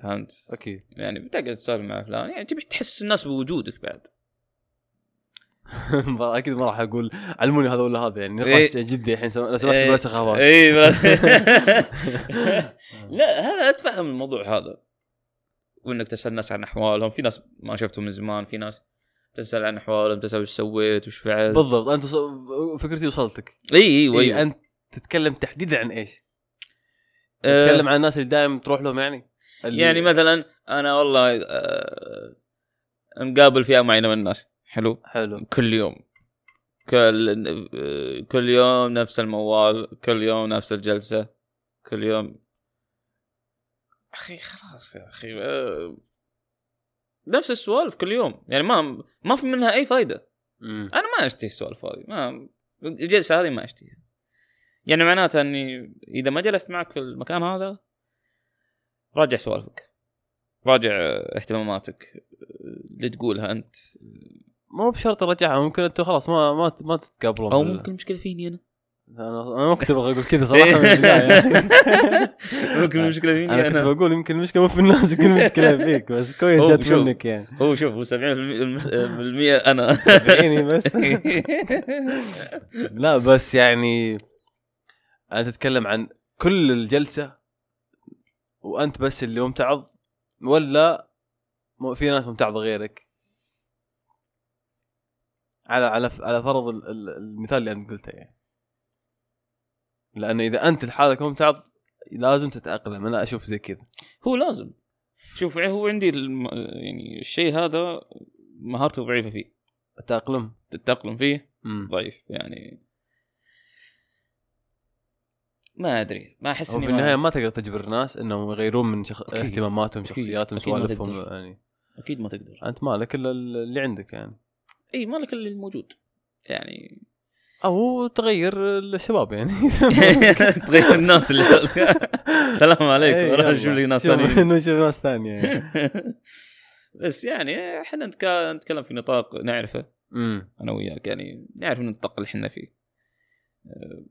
Speaker 2: فهمت
Speaker 1: اكيد
Speaker 2: يعني بتقعد تسولف مع فلان يعني تبي تحس الناس بوجودك بعد
Speaker 1: اكيد *laughs* ما راح اقول علموني هذا ولا هذا يعني نقاش
Speaker 2: إي.
Speaker 1: جدي الحين سم- لو سمحت
Speaker 2: إيه.
Speaker 1: بس خرافات
Speaker 2: اي *laughs* لا هذا اتفهم الموضوع هذا وانك تسال الناس عن احوالهم في ناس ما شفتهم من زمان في ناس تسال عن احوالهم تسال وش سويت وش فعلت
Speaker 1: *laughs* بالضبط انت وص... فكرتي وصلتك
Speaker 2: اي
Speaker 1: إيه
Speaker 2: اي اي
Speaker 1: انت تتكلم تحديدا عن ايش؟
Speaker 2: آه،
Speaker 1: تتكلم عن الناس اللي دائما تروح لهم يعني اللي-
Speaker 2: يعني مثلا انا والله آه، مقابل فئه معينه من الناس حلو
Speaker 1: حلو
Speaker 2: كل يوم كل آه، كل يوم نفس الموال كل يوم نفس الجلسه كل يوم اخي خلاص يا اخي آه، نفس السوالف كل يوم يعني ما ما في منها اي فائده
Speaker 1: مم.
Speaker 2: انا ما اشتهي السوالف هذه ما الجلسه هذه ما اشتهيها يعني معناتها اني اذا ما جلست معك في المكان هذا راجع سوالفك راجع اهتماماتك آه، اللي تقولها انت
Speaker 1: مو بشرط رجعها ممكن انتم خلاص ما ما ما تتقابلون
Speaker 2: او
Speaker 1: بال-
Speaker 2: ممكن المشكله فيني انا
Speaker 1: انا انا ما كنت ابغى اقول
Speaker 2: *laughs*
Speaker 1: كذا صراحه من البدايه يعني.
Speaker 2: إيه. ممكن المشكله فيني
Speaker 1: انا
Speaker 2: انا,
Speaker 1: كنت بقول يمكن المشكله مو في الناس يمكن المشكله فيك بس كويس
Speaker 2: هو
Speaker 1: جت
Speaker 2: شوف.
Speaker 1: منك يعني
Speaker 2: هو شوف هو 70% بالمية انا
Speaker 1: *laughs* صدقيني بس
Speaker 2: *laughs*
Speaker 1: لا بس يعني انا تتكلم عن كل الجلسه وانت بس اللي ممتعض ولا م- في ناس ممتعضه غيرك على على ف- على فرض ال- ال- المثال اللي انت قلته يعني لان اذا انت لحالك ممتعض لازم تتاقلم انا اشوف زي كذا
Speaker 2: هو لازم شوف هو عندي الم... يعني الشيء هذا مهارتي ضعيفه فيه
Speaker 1: التاقلم
Speaker 2: التاقلم فيه
Speaker 1: امم
Speaker 2: ضعيف يعني ما ادري ما احس
Speaker 1: أو
Speaker 2: اني
Speaker 1: في
Speaker 2: ما-
Speaker 1: النهايه ما تقدر تجبر الناس انهم يغيرون من شخ...
Speaker 2: أكيد.
Speaker 1: اهتماماتهم
Speaker 2: أكيد.
Speaker 1: شخصياتهم
Speaker 2: أكيد ما
Speaker 1: سوالفهم
Speaker 2: تقدر.
Speaker 1: يعني
Speaker 2: اكيد ما تقدر
Speaker 1: انت مالك الا اللي عندك يعني
Speaker 2: اي مالك الا الموجود يعني
Speaker 1: *laughs*
Speaker 2: *laughs*
Speaker 1: او تغير الشباب يعني
Speaker 2: تغير الناس اللي سلام
Speaker 1: *laughs*
Speaker 2: عليكم
Speaker 1: إيه،
Speaker 2: والله
Speaker 1: يلا.
Speaker 2: نشوف لي ناس
Speaker 1: شوف- *laughs*
Speaker 2: ثانيين
Speaker 1: نشوف ناس ثانيه
Speaker 2: *laughs*
Speaker 1: يعني.
Speaker 2: بس يعني احنا نتكا- نتكلم في نطاق نعرفه
Speaker 1: امم
Speaker 2: انا وياك يعني نعرف النطاق اللي احنا فيه أه،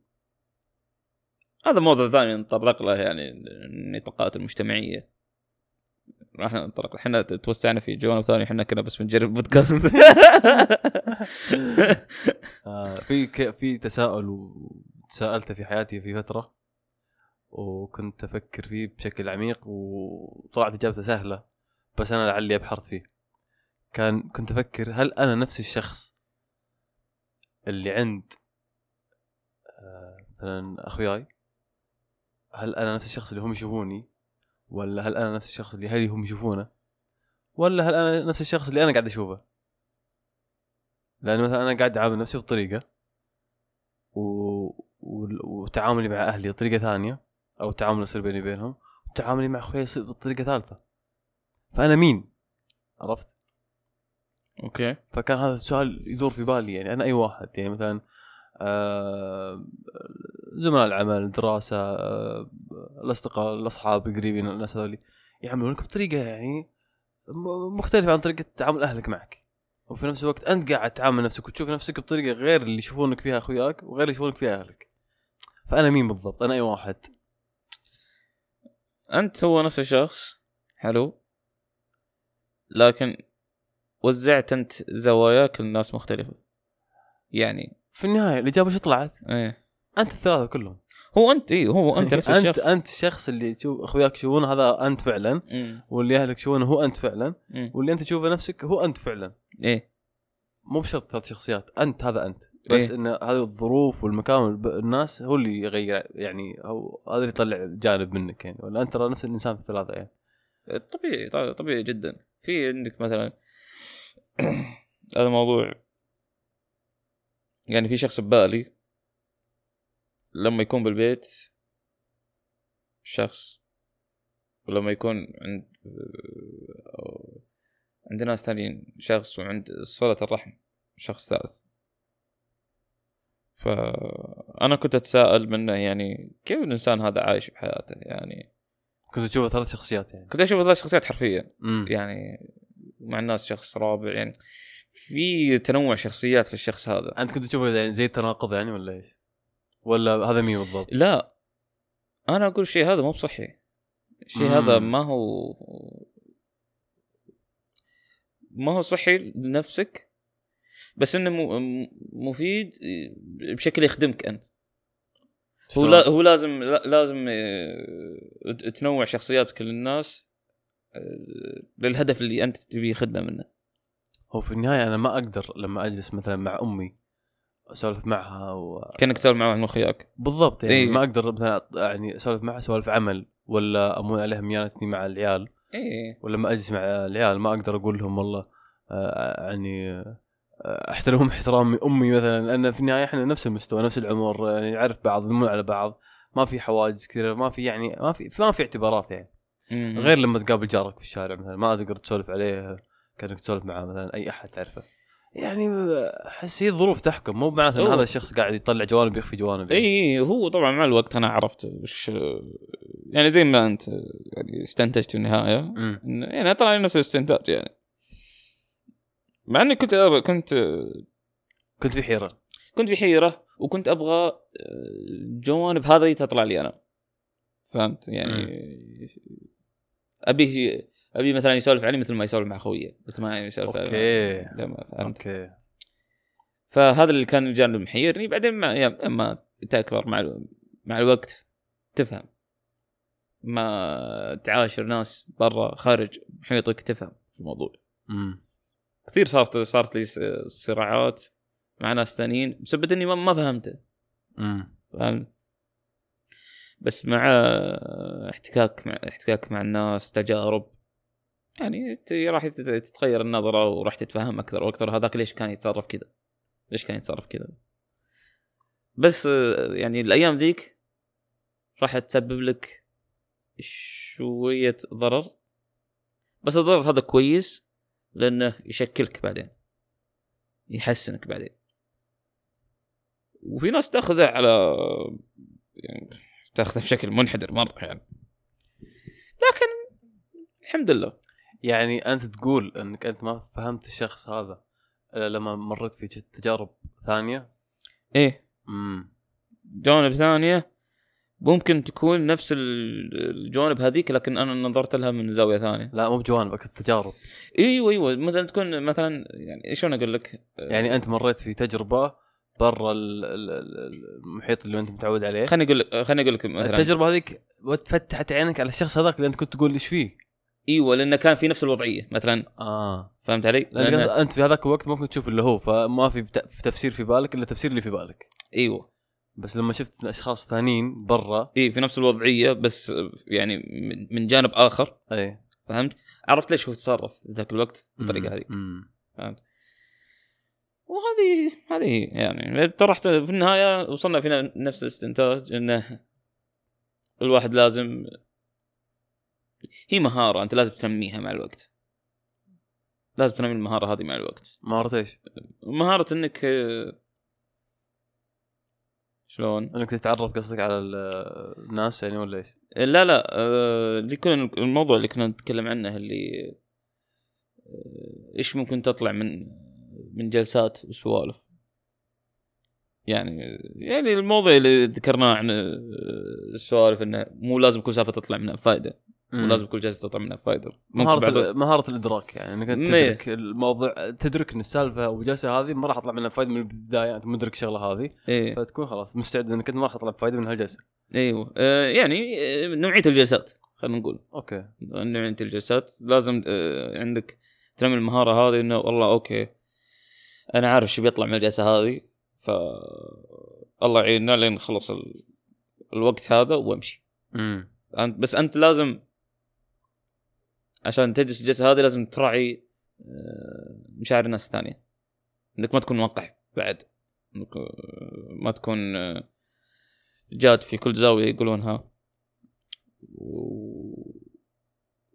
Speaker 2: هذا موضوع ثاني نتطرق له يعني النطاقات المجتمعيه راح نتطرق احنا توسعنا في جوانب ثانيه احنا كنا بس بنجرب بودكاست
Speaker 1: آه في ك... في تساؤل و- تساءلته في حياتي في فتره وكنت افكر فيه بشكل عميق وطلعت اجابته سهله بس انا لعلي ابحرت فيه كان كنت افكر هل انا نفس الشخص اللي عند آه، مثلا اخوياي هل انا نفس الشخص اللي هم يشوفوني ولا هل انا نفس الشخص اللي اهلي هم يشوفونه ولا هل انا نفس الشخص اللي انا قاعد اشوفه لان مثلا انا قاعد اعامل نفسي بطريقه و... و... وتعاملي مع اهلي بطريقه ثانيه او تعامل يصير بيني وبينهم وتعاملي مع اخوي يصير بطريقه ثالثه فانا مين عرفت
Speaker 2: اوكي
Speaker 1: فكان هذا السؤال يدور في بالي يعني انا اي واحد يعني مثلا آه، زملاء العمل الدراسه آه، الاصدقاء الاصحاب القريبين الناس هذولي يعاملونك بطريقه يعني م- مختلفه عن طريقه تعامل اهلك معك وفي نفس الوقت انت قاعد تعامل نفسك وتشوف نفسك بطريقه غير اللي يشوفونك فيها اخوياك وغير اللي يشوفونك فيها اهلك فانا مين بالضبط انا اي واحد
Speaker 2: انت هو نفس الشخص حلو لكن وزعت انت زواياك لناس مختلفه يعني
Speaker 1: في النهايه الاجابه شو طلعت
Speaker 2: ايه
Speaker 1: انت الثلاثه كلهم
Speaker 2: هو انت ايه هو
Speaker 1: *laughs*
Speaker 2: انت نفس
Speaker 1: انت
Speaker 2: الشخص
Speaker 1: انت الشخص اللي تشوف اخوياك يشوفونه هذا انت فعلا
Speaker 2: مم.
Speaker 1: واللي اهلك يشوفونه هو انت فعلا
Speaker 2: مم.
Speaker 1: واللي انت تشوفه نفسك هو انت فعلا
Speaker 2: ايه
Speaker 1: مو بشرط ثلاث شخصيات انت هذا انت بس
Speaker 2: إيه.
Speaker 1: ان هذه الظروف والمكان والب- الناس هو اللي يغير يعني او هذا اللي يطلع جانب منك يعني ولا انت ترى نفس الانسان في الثلاثه يعني
Speaker 2: طبيعي طبيعي- طبيعي جدا في عندك مثلا *clears throat* هذا موضوع يعني في شخص ببالي لما يكون بالبيت الشخص ولما يكون عند أو- عند ناس ثانيين شخص وعند صلة الرحم شخص ثالث فأنا كنت أتساءل منه يعني كيف الإنسان هذا عايش بحياته يعني
Speaker 1: كنت تشوف ثلاث شخصيات يعني
Speaker 2: كنت أشوف ثلاث شخصيات حرفيا
Speaker 1: امم
Speaker 2: يعني مع الناس شخص رابع يعني في تنوع شخصيات في الشخص هذا
Speaker 1: انت كنت تشوفه يعني زي التناقض يعني ولا ايش؟ ولا هذا مين بالضبط؟
Speaker 2: لا انا اقول شيء هذا مو بصحي الشيء
Speaker 1: مم.
Speaker 2: هذا ما هو ما هو صحي لنفسك بس انه مو- م- مفيد بشكل يخدمك انت هو لا هو لازم لا- لازم آه، ت- تنوع شخصياتك للناس آه، للهدف اللي انت تبي خدمه منه
Speaker 1: هو في النهايه انا ما اقدر لما اجلس مثلا مع امي اسولف معها و...
Speaker 2: كانك تسولف مع واحد من اخوياك
Speaker 1: بالضبط يعني
Speaker 2: إيه.
Speaker 1: ما اقدر مثلا أط- يعني اسولف معها سوالف عمل ولا امون عليها ميانتني مع العيال
Speaker 2: ايه
Speaker 1: ولما اجلس مع العيال ما اقدر اقول لهم والله آه، يعني آه، احترمهم احترامي امي مثلا لان في النهايه احنا نفس المستوى نفس العمر يعني نعرف بعض نمون على بعض ما في حواجز كثيره ما في يعني ما في ما في اعتبارات يعني
Speaker 2: مم.
Speaker 1: غير لما تقابل جارك في الشارع مثلا ما تقدر تسولف عليه كانك تسولف مع مثلا اي احد تعرفه يعني احس هي الظروف تحكم مو معناته ان
Speaker 2: أوه.
Speaker 1: هذا الشخص قاعد يطلع جوانب يخفي جوانب يعني.
Speaker 2: اي إيه، هو طبعا مع الوقت انا عرفت وش يعني زي ما انت يعني استنتجت في النهايه
Speaker 1: أمم.
Speaker 2: إنه يعني طلع لي نفس الاستنتاج يعني مع اني كنت أبغى كنت
Speaker 1: كنت في حيره
Speaker 2: كنت في حيره وكنت ابغى آه، جوانب هذه تطلع لي انا فهمت يعني ابي ابي مثلا يسولف علي مثل ما يسولف مع خويه مثل ما يسولف علي-
Speaker 1: أوكي.
Speaker 2: لما فهمت
Speaker 1: اوكي
Speaker 2: فهذا اللي كان الجانب محيرني بعدين ما يعني اما تكبر مع ال- مع الوقت تفهم ما تعاشر ناس برا خارج محيطك تفهم في الموضوع
Speaker 1: امم
Speaker 2: كثير صارت صارت لي س- صراعات مع ناس ثانيين بسبب اني ما- ما فهمته
Speaker 1: امم
Speaker 2: فاهم بس مع احتكاك مع احتكاك مع الناس تجارب يعني ت- راح تت- تتغير النظرة وراح تتفهم أكثر وأكثر هذاك ليش كان يتصرف كذا ليش كان يتصرف كذا بس آه، يعني الأيام ذيك راح تسبب لك شوية ضرر بس الضرر هذا كويس لأنه يشكلك بعدين يحسنك بعدين وفي ناس تاخذه على يعني تاخذه بشكل منحدر مره يعني لكن الحمد لله
Speaker 1: يعني انت تقول انك انت ما فهمت الشخص هذا إلا لما مريت في جت- تجارب ثانيه
Speaker 2: ايه
Speaker 1: امم
Speaker 2: جوانب ثانيه ممكن تكون نفس ال- الجوانب هذيك لكن انا نظرت لها من زاويه ثانيه
Speaker 1: لا مو بجوانب اقصد تجارب
Speaker 2: ايوه ايوه مثلا تكون مثلا يعني شلون اقول لك
Speaker 1: يعني انت مريت في تجربه برا ال- ال- ال- المحيط اللي انت متعود عليه
Speaker 2: خليني اقول لك خليني اقول لك مثلا
Speaker 1: التجربه هذيك فتحت عينك على الشخص هذاك اللي انت كنت تقول ايش فيه
Speaker 2: ايوه لانه كان في نفس الوضعيه مثلا
Speaker 1: اه
Speaker 2: فهمت علي؟
Speaker 1: لانك
Speaker 2: لأنه-
Speaker 1: انت في هذاك الوقت ممكن تشوف اللي هو فما في بت- في تفسير في بالك الا التفسير اللي في بالك
Speaker 2: ايوه
Speaker 1: بس لما شفت اشخاص ثانيين برا
Speaker 2: اي في نفس الوضعيه بس يعني من- من جانب اخر
Speaker 1: اي
Speaker 2: فهمت؟ عرفت ليش هو تصرف في ذاك الوقت بالطريقه هذه
Speaker 1: هذه
Speaker 2: وهذه هذه يعني طرحت في النهايه وصلنا فينا نفس الاستنتاج انه الواحد لازم هي مهاره انت لازم تنميها مع الوقت لازم تنمي المهاره هذه مع الوقت
Speaker 1: مهارة ايش؟
Speaker 2: مهاره انك آه، شلون
Speaker 1: انك تتعرف قصدك على ال- الناس يعني ولا ايش؟
Speaker 2: لا لا آه، اللي كنا الموضوع اللي كنا نتكلم عنه اللي آه، ايش ممكن تطلع من من جلسات وسوالف يعني يعني الموضوع اللي ذكرناه عن آه، السوالف انه مو لازم كل سالفه تطلع منها فائده مو لازم كل جلسه تطلع منها فائده ممكن إيه.
Speaker 1: مهارة
Speaker 2: بعض-
Speaker 1: ال- مهارة الادراك يعني انك أنت
Speaker 2: مي.
Speaker 1: تدرك الموضوع تدرك ان السالفة او الجلسة هذه ما راح اطلع منها فايدة من البداية انت مدرك الشغلة هذه
Speaker 2: ايه
Speaker 1: فتكون خلاص مستعد انك انت ما راح تطلع بفايدة من هالجلسة
Speaker 2: ايوه آه، يعني آه، نوعيه الجلسات خلينا نقول
Speaker 1: اوكي
Speaker 2: نوعية الجلسات لازم آه، عندك تنمي المهارة هذه انه والله اوكي انا عارف شو بيطلع من الجلسة هذه ف الله يعيننا لين نخلص ال... الوقت هذا وامشي
Speaker 1: امم
Speaker 2: أنت بس انت لازم عشان تجلس الجلسة هذه لازم تراعي آه، مشاعر الناس الثانية انك ما تكون موقع بعد انك آه، ما تكون آه، جاد في كل زاوية يقولونها و...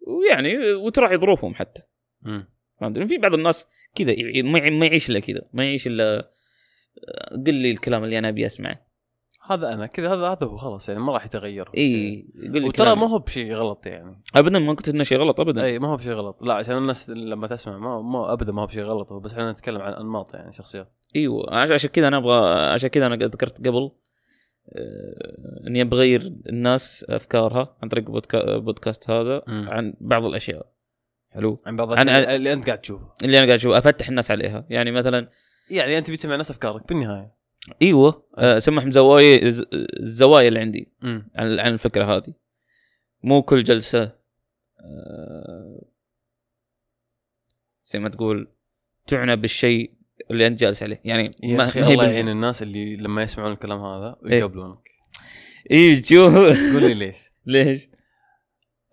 Speaker 2: ويعني وتراعي ظروفهم حتى
Speaker 1: مم.
Speaker 2: فهمت في بعض الناس كذا يع- ما يع- ما يعيش الا كذا ما يعيش الا قل لي الكلام اللي انا ابي اسمعه
Speaker 1: هذا انا كذا هذا هذا هو خلاص يعني ما راح يتغير
Speaker 2: اي إيه. قل لي
Speaker 1: وترى
Speaker 2: الكلام.
Speaker 1: ما هو بشيء غلط يعني
Speaker 2: ابدا ما كنت انه شيء غلط ابدا
Speaker 1: اي ما هو بشيء غلط لا عشان الناس لما تسمع ما, ما ابدا ما هو بشيء غلط هو بس احنا نتكلم عن انماط يعني شخصيات
Speaker 2: ايوه عش- عشان كذا انا ابغى عشان كذا انا قد ذكرت قبل آه، اني بغير الناس افكارها عن طريق بودكا... بودكاست هذا
Speaker 1: مم.
Speaker 2: عن بعض الاشياء حلو
Speaker 1: عن بعض
Speaker 2: أنا-
Speaker 1: الاشياء اللي انت قاعد تشوفها
Speaker 2: اللي انا قاعد اشوف افتح الناس عليها يعني مثلا
Speaker 1: يعني انت بتسمع ناس افكارك بالنهايه
Speaker 2: ايوه آه، اسمهم زوايا ز- الزوايا اللي عندي
Speaker 1: امم
Speaker 2: عن عن الفكره هذه مو كل جلسه آه، زي ما تقول تعنى بالشيء اللي انت جالس عليه يعني
Speaker 1: يا اخي
Speaker 2: هي
Speaker 1: الله
Speaker 2: بال-
Speaker 1: يعين الناس اللي لما يسمعون الكلام هذا
Speaker 2: إيه.
Speaker 1: ويقابلونك
Speaker 2: اي شوف
Speaker 1: قول لي ليش
Speaker 2: إيه، *laughs* ليش؟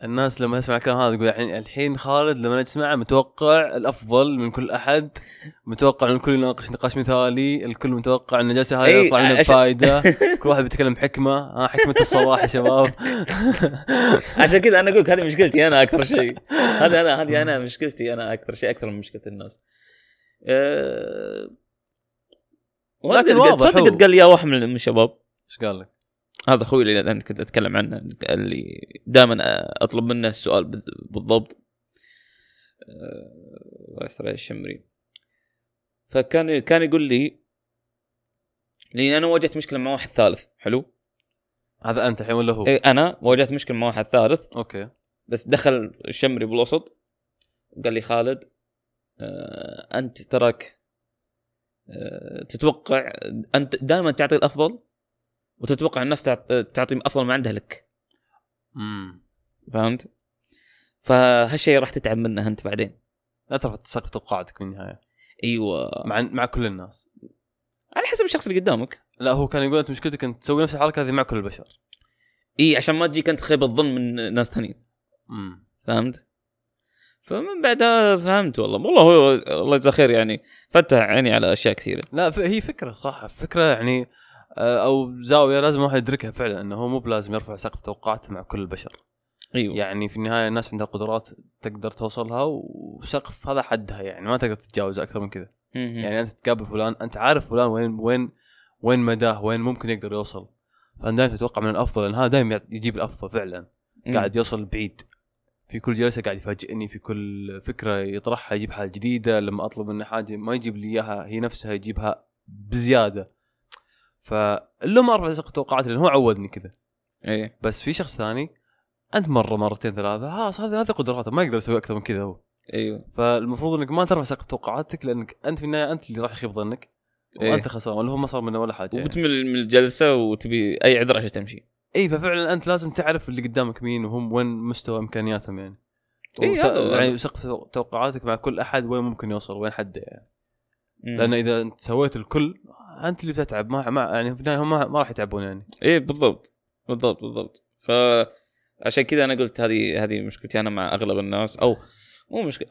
Speaker 1: الناس لما يسمع الكلام هذا يقول الحين الحين خالد لما نسمعه متوقع الافضل من كل احد متوقع ان الكل يناقش نقاش مثالي الكل متوقع ان الجلسه هذه
Speaker 2: إيه،
Speaker 1: يطلع منها
Speaker 2: عش- *laughs*
Speaker 1: بفائده كل واحد بيتكلم بحكمه ها حكمه الصباح يا شباب
Speaker 2: عشان كذا انا اقول لك هذه مشكلتي انا اكثر شيء هذا انا هذه انا مشكلتي انا اكثر شيء اكثر من مشكله الناس أه...
Speaker 1: لكن
Speaker 2: لكن
Speaker 1: واضح
Speaker 2: واضح
Speaker 1: هو.
Speaker 2: صدق قد قال لي إياه واحد من من الشباب
Speaker 1: ايش قال لك؟
Speaker 2: هذا اخوي اللي انا كنت اتكلم عنه اللي دائما اطلب منه السؤال بال- بالضبط أه، الله يستر عليه الشمري فكان كان يقول لي لاني انا واجهت مشكله مع واحد ثالث حلو
Speaker 1: هذا انت الحين ولا هو؟
Speaker 2: إيه، انا واجهت مشكله مع واحد ثالث
Speaker 1: اوكي
Speaker 2: بس دخل الشمري بالوسط وقال لي خالد آه، انت تراك آه، تتوقع انت دائما تعطي الافضل وتتوقع الناس تعط- تعطي افضل ما عندها لك
Speaker 1: امم
Speaker 2: فهمت؟ فهالشيء راح تتعب منه انت بعدين
Speaker 1: لا ترفع سقف توقعاتك بالنهايه
Speaker 2: ايوه
Speaker 1: مع مع كل الناس
Speaker 2: على حسب الشخص اللي قدامك
Speaker 1: لا هو كان يقول انت مشكلتك انت تسوي نفس الحركه هذه مع كل البشر
Speaker 2: اي عشان ما تجيك انت خيبه ظن من ناس ثانيين
Speaker 1: امم
Speaker 2: فهمت؟ فمن بعدها فهمت والله والله هو الله يجزاه خير يعني فتح عيني على اشياء كثيره
Speaker 1: لا ف- هي فكره صح فكره يعني آه، او زاويه لازم الواحد يدركها فعلا انه هو مو بلازم يرفع سقف توقعاته مع كل البشر
Speaker 2: ايوه
Speaker 1: يعني في النهايه الناس عندها قدرات تقدر توصلها وسقف هذا حدها يعني ما تقدر تتجاوز اكثر من كذا
Speaker 2: مهم.
Speaker 1: يعني انت تقابل فلان انت عارف فلان وين وين وين مداه وين ممكن يقدر يوصل فانت دائما تتوقع من الافضل لان هذا دائما يجيب الافضل فعلا
Speaker 2: مم.
Speaker 1: قاعد يوصل بعيد في كل جلسه قاعد يفاجئني في كل فكره يطرحها يجيب حاجه جديده لما اطلب منه حاجه ما يجيب لي اياها هي نفسها يجيبها بزياده فالا ما ارفع سقف توقعاتي لانه هو عودني كذا
Speaker 2: ايه
Speaker 1: بس في شخص ثاني انت مره مرتين ثلاثه خلاص هذا هذا قدراته ما يقدر يسوي اكثر من كذا هو
Speaker 2: ايوه
Speaker 1: فالمفروض انك ما ترفع سقف توقعاتك لانك انت في النهايه انت اللي راح يخيب ظنك
Speaker 2: إيه.
Speaker 1: وانت خسران ولا هو ما صار منه ولا حاجه يعني.
Speaker 2: وبتمل من الجلسه وتبي اي عذر عشان تمشي
Speaker 1: اي ففعلا انت إيه، لازم تعرف اللي قدامك مين وهم وين مستوى امكانياتهم يعني
Speaker 2: إي،
Speaker 1: وت-
Speaker 2: إيه، هذا-
Speaker 1: يعني سقف توقعاتك مع كل احد وين ممكن يوصل وين حده يعني
Speaker 2: مم.
Speaker 1: لان اذا انت سويت الكل انت اللي بتتعب ما, ما يعني في النهايه هم ما, ما راح يتعبون يعني
Speaker 2: ايه بالضبط بالضبط بالضبط ف عشان كذا انا قلت هذه هذه مشكلتي انا مع اغلب الناس او مو مشكله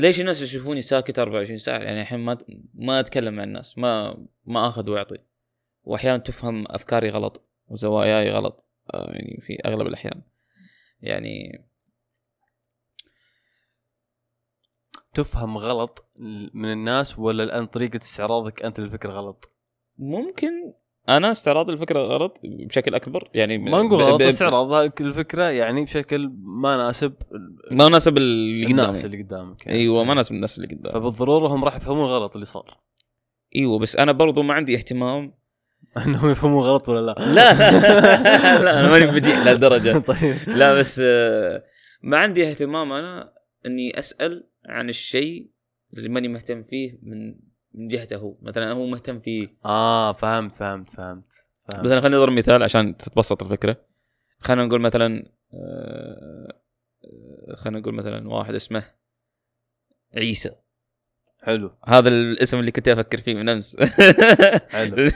Speaker 2: ليش الناس يشوفوني ساكت 24 ساعه يعني الحين ما ما اتكلم مع الناس ما ما اخذ واعطي واحيانا تفهم افكاري غلط وزواياي غلط آه، يعني في اغلب الاحيان يعني
Speaker 1: تفهم غلط من الناس ولا الان طريقه استعراضك انت للفكره غلط
Speaker 2: ممكن انا استعراض الفكره غلط بشكل اكبر يعني
Speaker 1: ما نقول
Speaker 2: ب-
Speaker 1: غلط
Speaker 2: ب-
Speaker 1: استعراض هذه الفكره يعني بشكل ما ناسب
Speaker 2: ما يناسب اللي
Speaker 1: الناس
Speaker 2: قدامي
Speaker 1: اللي قدامك يعني.
Speaker 2: ايوه ما يناسب الناس اللي قدامي
Speaker 1: فبالضروره هم راح يفهمون غلط اللي صار
Speaker 2: ايوه بس انا برضو ما عندي اهتمام
Speaker 1: *laughs* انهم يفهمون غلط ولا لا
Speaker 2: لا لا انا ماني بديع لهالدرجه
Speaker 1: *laughs* طيب
Speaker 2: لا بس آه، ما عندي اهتمام انا اني اسال عن الشيء اللي ماني مهتم فيه من من جهته هو مثلا هو مهتم فيه
Speaker 1: اه فهمت فهمت فهمت فهمت
Speaker 2: مثلا خلينا نضرب مثال عشان تتبسط الفكره خلينا نقول مثلا آه، آه، خلينا نقول مثلا واحد اسمه عيسى
Speaker 1: حلو
Speaker 2: هذا الاسم اللي كنت افكر فيه من *laughs* امس
Speaker 1: حلو.
Speaker 2: *laughs*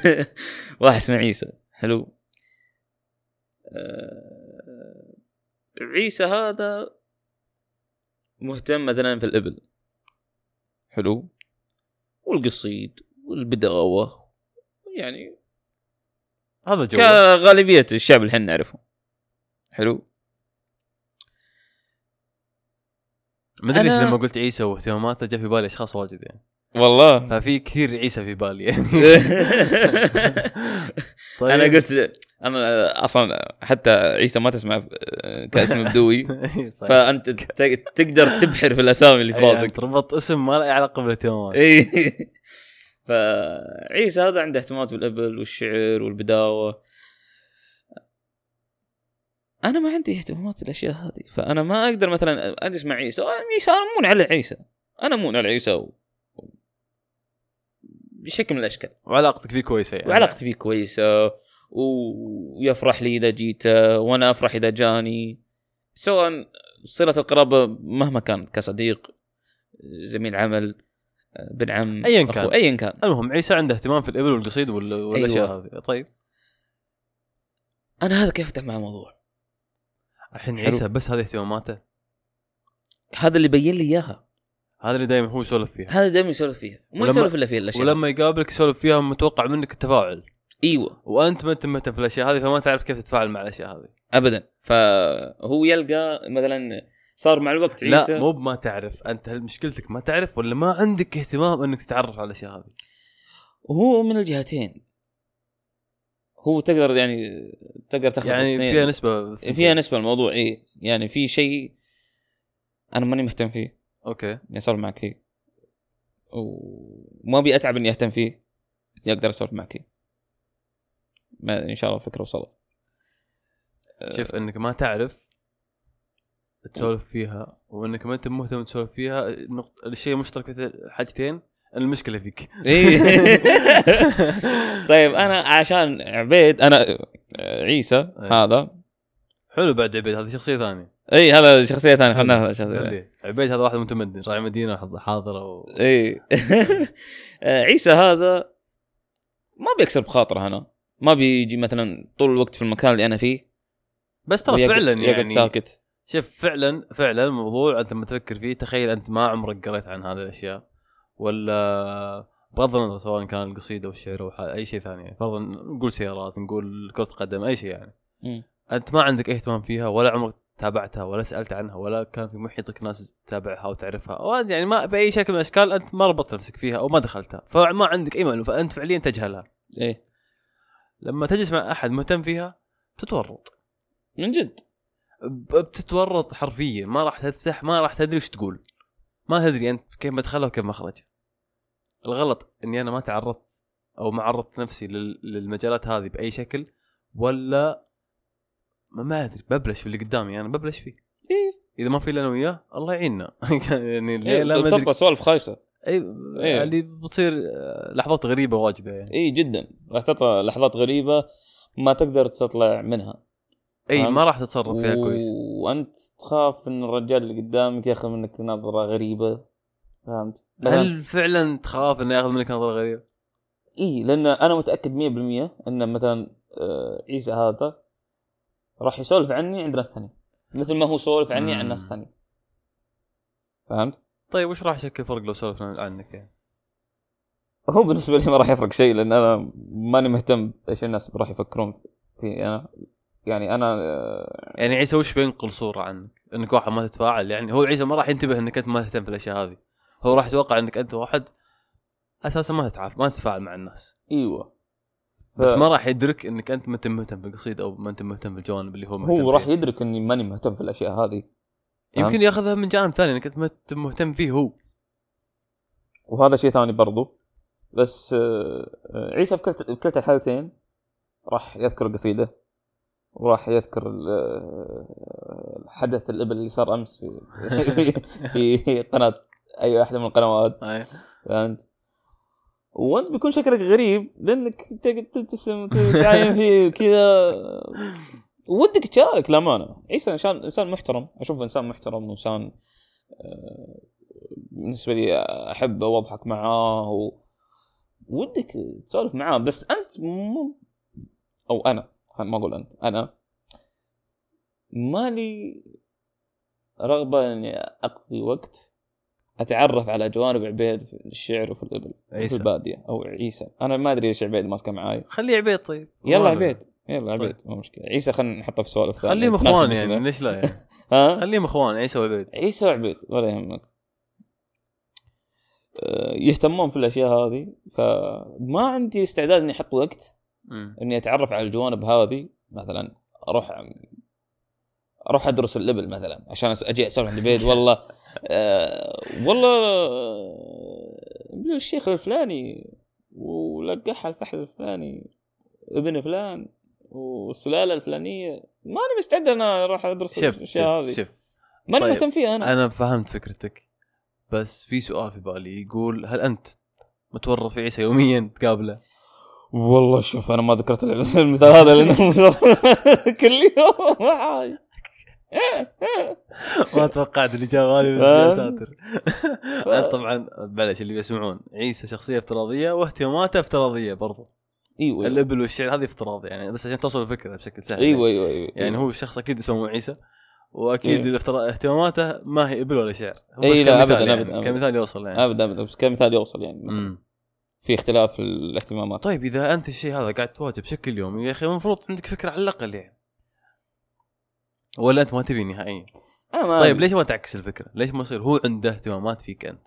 Speaker 2: واحد اسمه عيسى حلو آه، عيسى هذا مهتم مثلا في الابل حلو والقصيد والبداوه يعني
Speaker 1: هذا جو
Speaker 2: كغالبيه الشعب اللي احنا نعرفه حلو
Speaker 1: ما ادري ليش
Speaker 2: أنا-
Speaker 1: لما قلت عيسى واهتماماته جاء في بالي اشخاص واجد يعني *laughs*
Speaker 2: *laughs* والله
Speaker 1: ففي كثير عيسى في بالي يعني
Speaker 2: *laughs*
Speaker 1: *laughs* طيب
Speaker 2: انا إيه،
Speaker 1: *laughs*
Speaker 2: قلت انا اصلا حتى عيسى ما تسمع آه، كاسم بدوي
Speaker 1: إيه، صحيح.
Speaker 2: فانت ت- تقدر تبحر في الاسامي اللي في إيه.
Speaker 1: أي،
Speaker 2: راسك
Speaker 1: أنت ربطت اسم ما له علاقه بالاهتمامات
Speaker 2: *laughs* اي فعيسى هذا عنده اهتمامات بالابل والشعر والبداوه انا ما عندي اهتمامات بالاشياء هذه فانا ما اقدر مثلا اجلس مع عيسى أنا عيسى انا مون على عيسى انا مون على عيسى و... و- بشكل من الاشكال
Speaker 1: وعلاقتك فيه كويسه يعني
Speaker 2: وعلاقتي فيه كويسه و- ويفرح لي اذا جيته وانا افرح اذا جاني سواء صله القرابه مهما كانت كصديق زميل عمل بن عم
Speaker 1: أياً
Speaker 2: أخو،
Speaker 1: كان.
Speaker 2: ايا كان
Speaker 1: المهم عيسى عنده اهتمام في الابل والقصيد وال- والاشياء
Speaker 2: أيوة.
Speaker 1: هذه طيب
Speaker 2: انا هذا كيف افتح مع موضوع
Speaker 1: الحين
Speaker 2: حلو.
Speaker 1: عيسى بس هذه اهتماماته
Speaker 2: هذا اللي بين لي اياها
Speaker 1: هذا اللي دائما هو يسولف فيها
Speaker 2: هذا دائما يسولف فيها ما
Speaker 1: أيوه. ولما-
Speaker 2: يسولف الا فيها الاشياء ولما
Speaker 1: ولما يقابلك يسولف فيها متوقع منك التفاعل
Speaker 2: ايوه
Speaker 1: وانت ما انت مهتم في الاشياء هذه فما تعرف كيف تتفاعل مع الاشياء هذه
Speaker 2: ابدا فهو يلقى مثلا صار مع الوقت عيسى
Speaker 1: لا مو بما تعرف انت هل مشكلتك ما تعرف ولا ما عندك اهتمام انك تتعرف على الاشياء هذه
Speaker 2: هو من الجهتين هو تقدر يعني تقدر تاخذ
Speaker 1: يعني
Speaker 2: الاثنين.
Speaker 1: فيها نسبه ثنتين.
Speaker 2: إيه. فيها نسبه الموضوع ايه يعني في شيء انا ماني مهتم فيه
Speaker 1: اوكي
Speaker 2: اني اسولف معك فيه وما ابي اتعب اني اهتم فيه اني اقدر اسولف معك فيه ما ان شاء الله الفكره وصلت آه.
Speaker 1: شوف انك ما تعرف تسولف فيها وانك ما انت مهتم تسولف فيها نقط... الشيء المشترك في الحاجتين المشكله فيك
Speaker 2: إيه. طيب انا عشان عبيد انا آه، عيسى
Speaker 1: أي.
Speaker 2: هذا
Speaker 1: حلو بعد عبيد هذه شخصيه ثانيه
Speaker 2: اي هذا شخصيه ثانيه خلنا ناخذ شخصية ثانية. إيه.
Speaker 1: خليه. عبيد هذا واحد متمدن راعي مدينه حاض- حاضره و...
Speaker 2: اي آه، *laughs* عيسى هذا ما بيكسر بخاطره انا ما بيجي مثلا طول الوقت في المكان اللي انا فيه
Speaker 1: بس ترى
Speaker 2: ويقعد-
Speaker 1: فعلا
Speaker 2: يقعد
Speaker 1: يعني
Speaker 2: ساكت
Speaker 1: شوف فعلا فعلا الموضوع انت لما تفكر فيه تخيل انت ما عمرك قريت عن هذه الاشياء ولا بغض النظر سواء كان القصيده او الشعر او ح- اي شيء ثاني يعني فرضا نقول سيارات نقول كره قدم اي شيء يعني
Speaker 2: مم.
Speaker 1: انت ما عندك اي اهتمام فيها ولا عمرك تابعتها ولا سالت عنها ولا كان في محيطك ناس تتابعها وتعرفها أو يعني ما باي شكل من الاشكال انت ما ربطت نفسك فيها او ما دخلتها فما عندك اي معلومه فانت فعليا تجهلها
Speaker 2: ايه
Speaker 1: لما تجلس مع احد مهتم فيها تتورط
Speaker 2: من جد
Speaker 1: ب- بتتورط حرفيا ما راح تفتح ما راح تدري وش تقول ما تدري انت كيف مدخلها وكيف مخرجها الغلط اني انا ما تعرضت او ما عرضت نفسي لل- للمجالات هذه باي شكل ولا ما, ما ادري ببلش في اللي قدامي انا ببلش فيه
Speaker 2: ايه
Speaker 1: اذا ما في الا انا وياه الله يعيننا *laughs* يعني
Speaker 2: إيه،
Speaker 1: اللي لا ما ادري
Speaker 2: بتطلع سوالف خايسه
Speaker 1: اي
Speaker 2: إيه.
Speaker 1: يعني بتصير آه، لحظات غريبه واجده يعني
Speaker 2: اي جدا إيه، راح تطلع لحظات غريبه ما تقدر تطلع منها
Speaker 1: اي
Speaker 2: فهمت.
Speaker 1: ما راح تتصرف فيها كويس
Speaker 2: وانت تخاف ان الرجال اللي قدامك ياخذ منك نظره غريبه فهمت؟
Speaker 1: هل فعلا تخاف انه ياخذ منك نظره غريبه؟
Speaker 2: اي لان انا متاكد 100% ان مثلا آه، عيسى هذا راح يسولف عني عند ناس ثانيه مثل ما هو سولف عني عن ناس
Speaker 1: مم.
Speaker 2: ثانيه فهمت؟
Speaker 1: طيب وش راح يشكل فرق لو سولفنا عنك يعني؟
Speaker 2: هو بالنسبه لي ما راح يفرق شيء لان انا ماني مهتم بايش الناس راح يفكرون في انا يعني انا آه،
Speaker 1: يعني عيسى وش بينقل صوره عنك؟ انك واحد ما تتفاعل يعني هو عيسى ما راح ينتبه انك انت ما تهتم في الاشياء هذه هو راح يتوقع انك انت واحد اساسا ما تتعاف ما تتفاعل مع الناس
Speaker 2: ايوه ف-
Speaker 1: بس ما راح يدرك انك انت ما انت مهتم في القصيد او ما انت مهتم في الجوانب اللي هو مهتم
Speaker 2: هو راح
Speaker 1: فيها.
Speaker 2: يدرك اني ماني مهتم في الاشياء هذه
Speaker 1: يمكن ياخذها من جانب ثاني انك انت ما أنت مهتم فيه
Speaker 2: *laughs*
Speaker 1: هو
Speaker 2: وهذا شيء ثاني برضو بس آه، آه، عيسى في كلتا- في كلتا الحالتين راح يذكر قصيده وراح يذكر ال- آه، الحدث الابل اللي صار امس في في *laughs* قناه اي واحده من القنوات
Speaker 1: أي.
Speaker 2: فهمت وانت بيكون شكلك غريب لانك تقعد تبتسم تعاين فيه كذا ودك تشارك للامانه عيسى انسان انسان محترم اشوفه انسان محترم وانسان آه، بالنسبه لي احبه واضحك معاه و... ودك تسولف معاه بس انت مو او انا خل- ما اقول انت انا مالي رغبه اني اقضي وقت اتعرف على جوانب عبيد في الشعر وفي الابل في *laughs*
Speaker 1: عيسى
Speaker 2: الباديه او عيسى انا ما ادري ليش عبيد ماسكه معاي
Speaker 1: خليه عبيد طيب
Speaker 2: يلا
Speaker 1: والله.
Speaker 2: عبيد يلا عبيد ما مشكله عيسى خلينا نحطه في سوالف ثانية
Speaker 1: خليهم
Speaker 2: *laughs* تناسب
Speaker 1: اخوان
Speaker 2: اسمه.
Speaker 1: طيب. يعني ليش لا يعني
Speaker 2: ها
Speaker 1: خليهم اخوان عيسى وعبيد
Speaker 2: عيسى وعبيد ولا يهمك آه، يهتمون في الاشياء هذه فما عندي استعداد اني احط وقت *laughs*
Speaker 1: مم.
Speaker 2: اني اتعرف على الجوانب هذه مثلا اروح اروح ادرس الليبل مثلا عشان أس- اجي اسولف عند البيت والله آه والله آه، ابن الشيخ الفلاني ولقحها الفحل الفلاني ابن فلان والسلاله الفلانيه ماني مستعد انا اروح ادرس
Speaker 1: شوف
Speaker 2: الاشياء
Speaker 1: شوف
Speaker 2: هذه
Speaker 1: شوف
Speaker 2: ماني
Speaker 1: طيب.
Speaker 2: مهتم فيها انا
Speaker 1: انا فهمت فكرتك بس في سؤال في بالي يقول هل انت متورط في عيسى يوميا تقابله
Speaker 2: والله شوف انا ما ذكرت المثال هذا لانه *laughs* كل يوم معاي
Speaker 1: *laughs* ما توقعت اللي جاء غالي بس
Speaker 2: آه.
Speaker 1: يا ساتر أنا طبعا بلاش اللي بيسمعون عيسى شخصيه افتراضيه واهتماماته افتراضيه برضو
Speaker 2: ايوه ايوه
Speaker 1: الابل والشعر هذه افتراض يعني بس عشان توصل الفكره بشكل سهل
Speaker 2: ايوه ايوه, أيوة.
Speaker 1: يعني هو الشخص اكيد اسمه عيسى واكيد
Speaker 2: إيه.
Speaker 1: الافتراض اهتماماته ما هي ابل ولا شعر هو
Speaker 2: إيه،
Speaker 1: بس
Speaker 2: لا،
Speaker 1: كمثال
Speaker 2: أبداً،
Speaker 1: يعني،
Speaker 2: أبداً، أبداً.
Speaker 1: كمثال يوصل يعني
Speaker 2: ابدا ابدا آه، بس كمثال يوصل يعني مثلاً.
Speaker 1: أمم.
Speaker 2: في اختلاف في الاهتمامات
Speaker 1: طيب اذا انت الشيء هذا قاعد تواجه بشكل يومي يا اخي المفروض عندك فكره على الاقل يعني ولا انت ما تبي نهائيا
Speaker 2: انا ما
Speaker 1: طيب ليش ما تعكس الفكره ليش ما يصير هو عنده اهتمامات فيك انت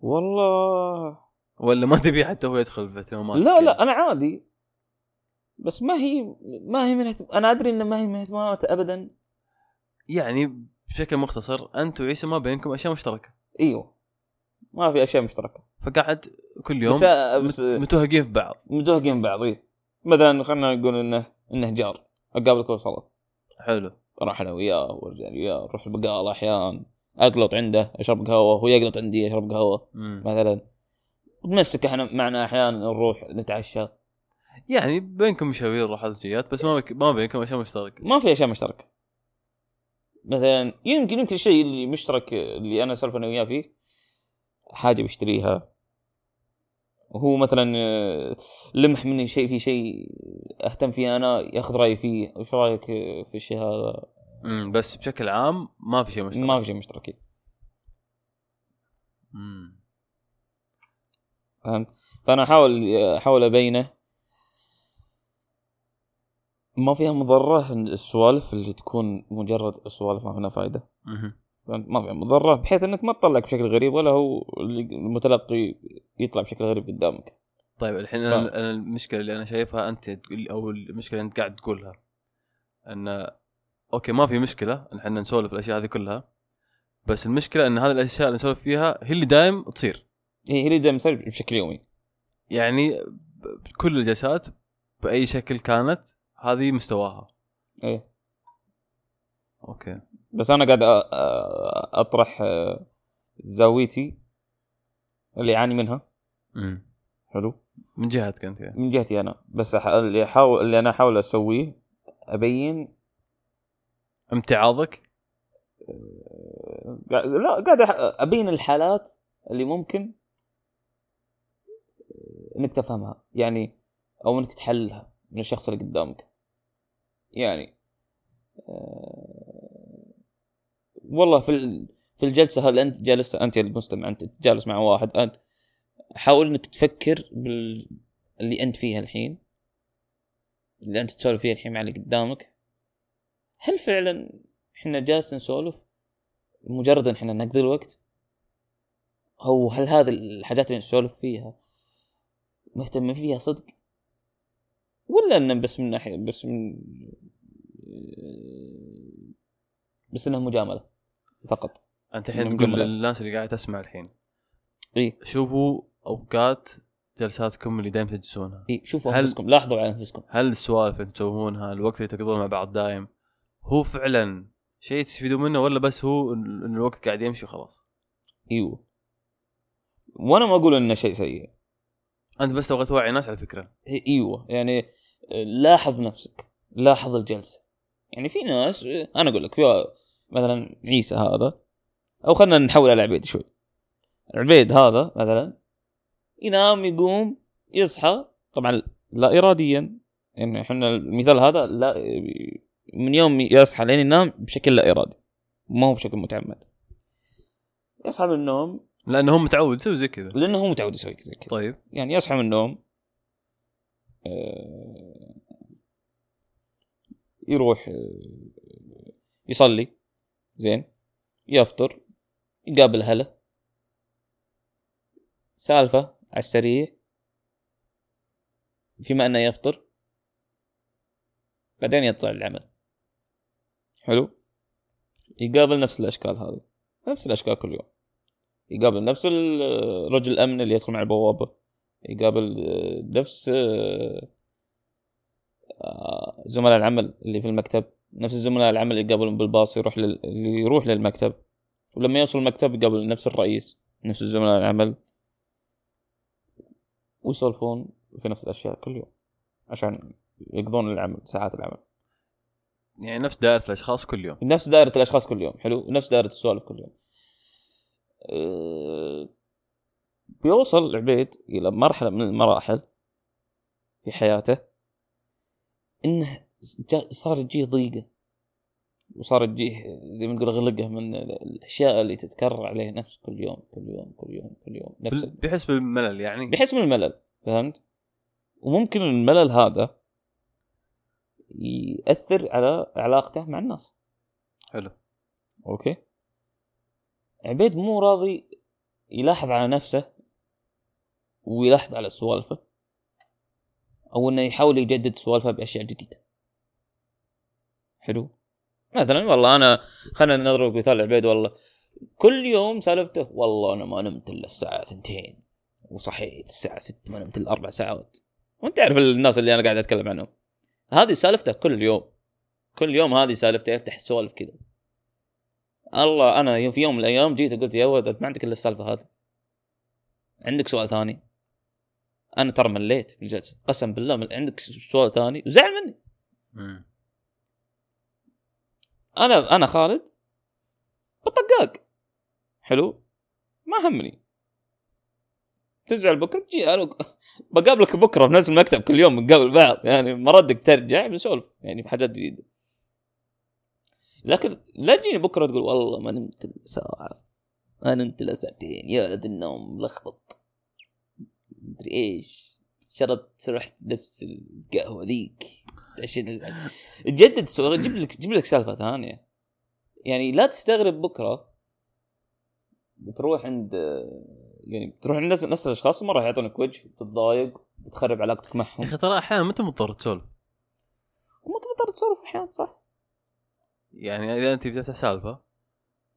Speaker 2: والله
Speaker 1: ولا ما تبي حتى هو يدخل في اهتماماتك
Speaker 2: لا
Speaker 1: يعني؟
Speaker 2: لا انا عادي بس ما هي ما هي من اهتم... انا ادري ان ما هي من اهتمامات ابدا
Speaker 1: يعني بشكل مختصر انت وعيسى ما بينكم اشياء مشتركه
Speaker 2: ايوه ما في اشياء مشتركه
Speaker 1: فقعد كل يوم
Speaker 2: بس آه، بس
Speaker 1: مت- متوهقين في بعض
Speaker 2: متوهقين بعض إيه. مثلا خلينا نقول انه انه جار اقابلك كل صلاه
Speaker 1: حلو
Speaker 2: اروح انا وياه وارجع أنا وياه نروح البقاله احيان اقلط عنده اشرب قهوه هو يقلط عندي اشرب قهوه
Speaker 1: مم.
Speaker 2: مثلا نتمسك احنا معنا احيانا نروح نتعشى
Speaker 1: يعني بينكم مشاوير راحات وجيات بس ما بك... ما بينكم اشياء مشتركه
Speaker 2: ما في اشياء مشتركه مثلا يمكن يمكن الشيء اللي مشترك اللي انا سولف انا وياه فيه حاجه بشتريها هو مثلا آه، لمح مني شيء في شيء اهتم فيه انا ياخذ رايي فيه وش رايك آه، في الشيء هذا
Speaker 1: مم. بس بشكل عام ما في شيء مشترك
Speaker 2: ما في شيء مشترك
Speaker 1: مم.
Speaker 2: فهمت فانا احاول احاول ابينه ما فيها مضره السوالف اللي تكون مجرد سوالف ما فيها فائده
Speaker 1: مهم.
Speaker 2: فهمت؟ ما فيها مضره بحيث انك ما تطلع بشكل غريب ولا هو اللي- المتلقي يطلع بشكل غريب قدامك
Speaker 1: طيب الحين
Speaker 2: طيب.
Speaker 1: أنا, انا المشكله اللي انا شايفها انت تقول او المشكله اللي انت قاعد تقولها ان اوكي ما في مشكله ان احنا نسولف الاشياء هذه كلها بس المشكله ان هذه الاشياء اللي نسولف فيها هي اللي دايم تصير
Speaker 2: هي هي اللي دائما تصير بشكل يومي
Speaker 1: يعني ب- كل الجلسات باي شكل كانت هذه مستواها
Speaker 2: ايه
Speaker 1: اوكي
Speaker 2: بس انا قاعد أ- أ- اطرح آه، زاويتي اللي اعاني منها
Speaker 1: مم.
Speaker 2: حلو
Speaker 1: من جهتك انت يعني
Speaker 2: من جهتي انا بس أح- اللي احاول اللي انا احاول اسويه ابين
Speaker 1: امتعاضك
Speaker 2: قا- آه، لا قاعد أح- ابين الحالات اللي ممكن انك تفهمها يعني او انك تحلها من الشخص اللي قدامك يعني آه، والله في ال- في الجلسه هل انت جالس انت المستمع انت جالس مع واحد انت حاول انك تفكر باللي انت فيها الحين اللي انت تسولف فيه الحين مع اللي قدامك هل فعلا احنا جالس نسولف مجرد ان احنا نقضي الوقت او هل هذه الحاجات اللي نسولف فيها مهتمين فيها صدق ولا ان بس من ناحيه بس من بس انها مجامله فقط
Speaker 1: انت الحين
Speaker 2: من
Speaker 1: تقول
Speaker 2: جملة.
Speaker 1: للناس اللي قاعد تسمع الحين
Speaker 2: اي
Speaker 1: شوفوا اوقات جلساتكم اللي دايم تجلسونها
Speaker 2: اي شوفوا
Speaker 1: هل-
Speaker 2: انفسكم لاحظوا على انفسكم
Speaker 1: هل السوالف اللي تسوونها الوقت اللي تقضون مع بعض دايم هو فعلا شيء تستفيدون منه ولا بس هو ال- ال- الوقت قاعد يمشي وخلاص
Speaker 2: ايوه وانا ما اقول انه شيء سيء
Speaker 1: انت بس تبغى توعي الناس على فكره
Speaker 2: إي- ايوه يعني لاحظ نفسك لاحظ الجلسه يعني في ناس انا اقول لك في مثلا عيسى هذا او خلينا نحول على عبيد شوي عبيد هذا مثلا ينام يقوم يصحى طبعا لا اراديا يعني احنا المثال هذا لا من يوم يصحى لين ينام بشكل لا ارادي ما هو بشكل متعمد يصحى من النوم
Speaker 1: لانه هو متعود يسوي زي كذا
Speaker 2: لانه هو متعود يسوي زي كذا
Speaker 1: طيب
Speaker 2: يعني يصحى من النوم آه، يروح آه، يصلي زين يفطر يقابل هلا سالفة على السريع فيما انه يفطر بعدين يطلع العمل حلو يقابل نفس الاشكال هذه نفس الاشكال كل يوم يقابل نفس ال- آه، رجل الامن اللي يدخل مع البوابه يقابل آه، نفس آه، آه، زملاء العمل اللي في المكتب نفس زملاء العمل اللي يقابلهم بالباص يروح لل... اللي يروح للمكتب ولما يوصل المكتب يقابل نفس الرئيس نفس زملاء العمل ويسولفون في نفس الاشياء كل يوم عشان يقضون العمل ساعات العمل
Speaker 1: يعني نفس دائره الاشخاص كل يوم
Speaker 2: نفس دائرة الأشخاص كل يوم حلو نفس دائرة السوالف كل يوم أه، بيوصل عبيد إلى مرحلة من المراحل في حياته إنه جا- صار تجيه ضيقة وصار تجيه زي ما نقول غلقة من ال- الأشياء اللي تتكرر عليه نفس كل يوم كل يوم كل يوم كل يوم نفس
Speaker 1: بال- بيحس بالملل يعني
Speaker 2: بيحس بالملل فهمت؟ وممكن الملل هذا يأثر على علاقته مع الناس
Speaker 1: حلو
Speaker 2: اوكي عبيد مو راضي يلاحظ على نفسه ويلاحظ على سوالفه او انه يحاول يجدد سوالفه باشياء جديده حلو مثلا والله انا خلينا نضرب مثال عبيد والله كل يوم سالفته والله انا ما نمت الا الساعه ثنتين وصحيت الساعه ست ما نمت الا اربع ساعات وانت تعرف الناس اللي انا قاعد اتكلم عنهم هذه سالفته كل يوم كل يوم هذه سالفته يفتح السوالف كذا الله انا في يوم من الايام جيت قلت يا ولد أنت ما عندك الا السالفه هذه عندك سؤال ثاني انا ترى مليت في الجلسه قسم بالله مل... عندك سؤال ثاني وزعل مني
Speaker 1: مم.
Speaker 2: انا انا خالد بطقاق حلو ما همني تزعل بكره تجي انا *laughs* بقابلك بكره في نفس المكتب كل يوم بنقابل بعض يعني مردك ترجع بنسولف يعني بحاجات جديده لكن لا تجيني بكره تقول والله ما نمت إلا ساعه ما نمت الا ساعتين يا ولد النوم ملخبط مدري ايش شربت رحت نفس القهوه ذيك عشان جدد سؤال جيب لك جيب لك سالفه ثانيه يعني لا تستغرب بكره بتروح عند يعني بتروح عند نفس- نفس الاشخاص ما راح يعطونك وجه بتتضايق بتخرب علاقتك
Speaker 1: يا
Speaker 2: معهم
Speaker 1: اخي ترى احيانا ما انت مضطر تسولف
Speaker 2: وما تقدر تسولف احيانا صح
Speaker 1: يعني اذا انت بتفتح سالفه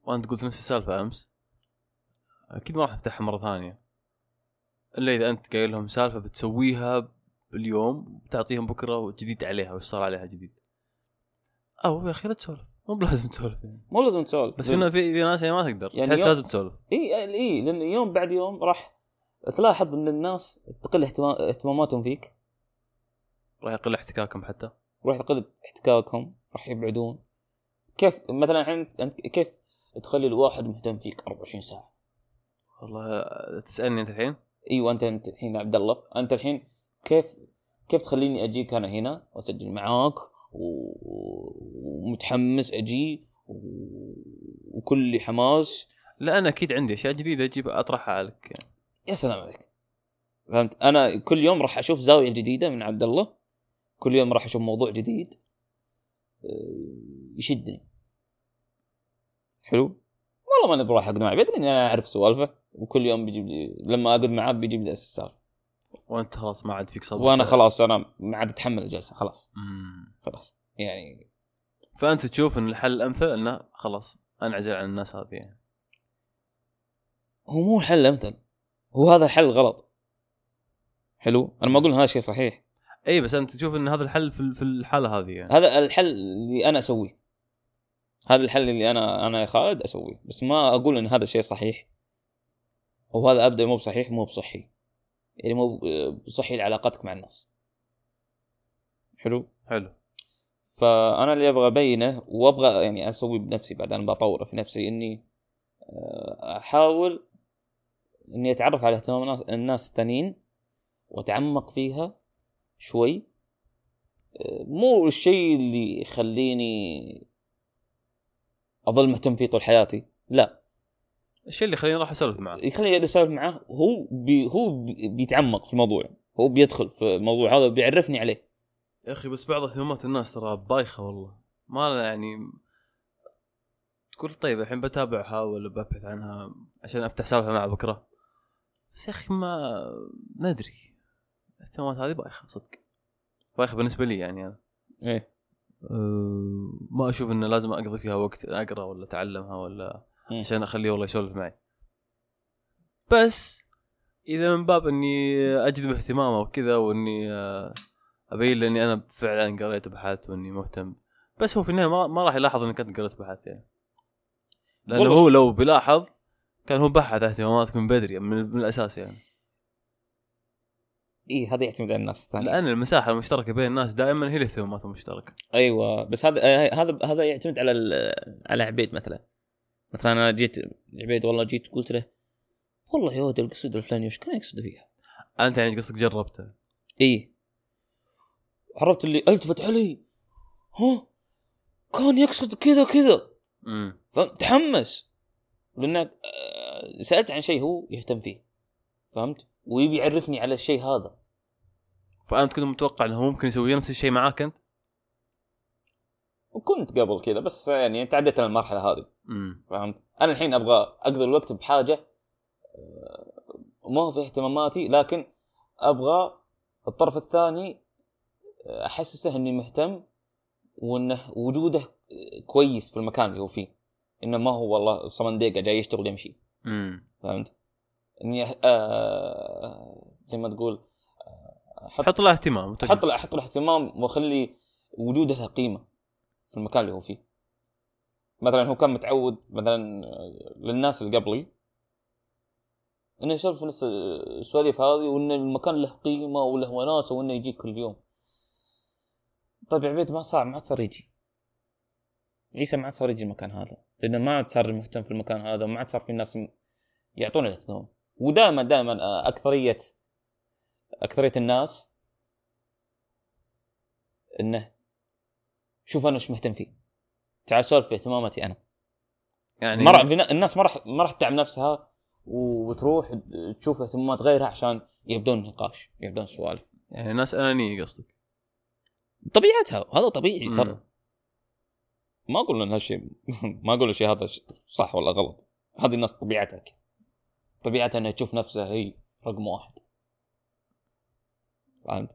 Speaker 1: وانت قلت نفس السالفه امس اكيد ما راح افتحها مره ثانيه الا اذا انت قايل لهم سالفه بتسويها اليوم بتعطيهم بكره وجديد عليها وش صار عليها جديد او يا اخي لا تسولف مو بلازم تسولف يعني
Speaker 2: مو لازم تسولف
Speaker 1: بس هنا في في ناس يعني ما تقدر
Speaker 2: يعني
Speaker 1: يعني تحس
Speaker 2: يوم-
Speaker 1: لازم تسولف
Speaker 2: اي اي لان يوم بعد يوم راح تلاحظ ان الناس تقل اهتما- اهتماماتهم فيك
Speaker 1: راح يقل احتكاكهم حتى
Speaker 2: راح تقل احتكاكهم راح يبعدون كيف مثلا الحين انت كيف تخلي الواحد مهتم فيك 24 ساعه
Speaker 1: والله تسالني انت الحين
Speaker 2: ايوه انت انت الحين عبد الله انت الحين كيف كيف تخليني اجيك انا هنا واسجل معاك و- ومتحمس اجي و- وكل حماس
Speaker 1: لا انا اكيد عندي اشياء جديده اجيب اطرحها عليك يعني.
Speaker 2: يا سلام عليك فهمت انا كل يوم راح اشوف زاويه جديده من عبد الله كل يوم راح اشوف موضوع جديد آه، يشدني حلو والله ما انا براح اقنع عبيد لاني انا اعرف سوالفه وكل يوم بيجيب لي لما اقعد معاه بيجيب لي نفس السالفه
Speaker 1: وانت خلاص ما عاد فيك صبر
Speaker 2: وانا خلاص انا ما عاد اتحمل الجلسه خلاص
Speaker 1: مم.
Speaker 2: خلاص يعني
Speaker 1: فانت تشوف ان الحل الامثل انه خلاص انعزل عن الناس هذه يعني
Speaker 2: هو مو الحل الامثل هو هذا الحل غلط حلو انا ما اقول إن هذا شيء صحيح
Speaker 1: اي بس انت تشوف ان هذا الحل في في الحاله هذه يعني
Speaker 2: هذا الحل اللي انا اسويه هذا الحل اللي انا انا يا خالد اسويه بس ما اقول ان هذا الشيء صحيح وهذا ابدا مو بصحيح مو بصحي يعني مو بصحي لعلاقتك مع الناس حلو
Speaker 1: حلو
Speaker 2: فانا اللي ابغى ابينه وابغى يعني اسوي بنفسي بعد انا بطوره في نفسي اني آه، احاول اني اتعرف على اهتمام الناس- الناس الثانيين واتعمق فيها شوي آه، مو الشيء اللي يخليني اظل مهتم فيه طول حياتي لا
Speaker 1: الشيء اللي يخليني راح اسولف معاه
Speaker 2: يخليني اسولف معاه هو بي هو بي- بيتعمق في الموضوع هو بيدخل في الموضوع هذا بيعرفني عليه
Speaker 1: يا اخي بس بعض اهتمامات الناس ترى بايخه والله ما لها يعني تقول طيب الحين بتابعها ولا ببحث عنها عشان افتح سالفه مع بكره بس يا اخي ما ما ادري الاهتمامات هذه بايخه صدق بايخه بالنسبه لي يعني انا
Speaker 2: ايه
Speaker 1: أه، ما اشوف انه لازم اقضي فيها وقت اقرا ولا اتعلمها ولا
Speaker 2: مم.
Speaker 1: عشان اخليه والله يسولف معي بس اذا من باب اني اجذب اهتمامه وكذا واني آه، ابين له اني انا فعلا قريت بحث واني مهتم بس هو في النهايه ما, ما راح يلاحظ اني كنت قريت بحث يعني لانه
Speaker 2: والله
Speaker 1: هو لو بيلاحظ كان هو بحث اهتماماتك من بدري من, من الاساس يعني
Speaker 2: اي إيه، هذا يعتمد على الناس الثانيه
Speaker 1: لان المساحه المشتركه بين الناس دائما هي الاهتمامات المشتركه
Speaker 2: ايوه بس هذا آه، هذا هذا يعتمد على ال- على عبيد مثلا مثلا انا جيت عبيد والله جيت قلت له والله يا ولد القصيدة الفلانية وش كان يقصد فيها؟
Speaker 1: انت يعني قصدك جربته
Speaker 2: اي عرفت اللي التفت علي ها كان يقصد كذا كذا
Speaker 1: امم
Speaker 2: فهمت تحمس لانك آه، سالت عن شيء هو يهتم فيه فهمت؟ ويبي يعرفني على الشيء هذا
Speaker 1: فانت كنت متوقع انه هو ممكن يسوي نفس الشيء معاك انت
Speaker 2: وكنت قبل كذا بس يعني تعديت أنا المرحله هذه
Speaker 1: امم
Speaker 2: فهمت؟ انا الحين ابغى اقضي الوقت بحاجه آه، ما هو في اهتماماتي لكن ابغى الطرف الثاني آه، احسسه اني مهتم وانه وجوده آه، كويس في المكان اللي هو فيه انه ما هو والله صمنديقه جاي يشتغل يمشي
Speaker 1: امم
Speaker 2: فهمت؟ اني أح- آه، زي ما تقول آه، احط
Speaker 1: حط له اهتمام وتجربة.
Speaker 2: احط له احط له اهتمام واخلي وجوده له قيمه في المكان اللي هو فيه مثلا هو كان متعود مثلا آه، للناس اللي قبلي انه يسولف نفس السواليف هذه وان المكان له قيمه وله وناسه وانه يجي كل يوم طيب عبيد ما صار ما عاد صار يجي عيسى ما عاد صار يجي المكان هذا لانه ما عاد صار مهتم في المكان هذا وما عاد صار في ناس يعطونه الاهتمام ودائما دائما آه، اكثريه اكثريه الناس انه شوف انا وش مهتم فيه تعال سولف في اهتماماتي انا
Speaker 1: يعني
Speaker 2: ما راح في نا- الناس ما راح ما راح تتعب نفسها و- وتروح تشوف اهتمامات غيرها عشان يبدون نقاش يبدون سوالف
Speaker 1: يعني ناس انانيه قصدك
Speaker 2: طبيعتها هذا طبيعي ترى
Speaker 1: مم.
Speaker 2: ما اقول ان هالشيء *laughs* ما اقول الشيء هذا ش- صح ولا غلط هذه الناس طبيعتها كذا طبيعتها انها تشوف نفسها هي رقم واحد فهمت؟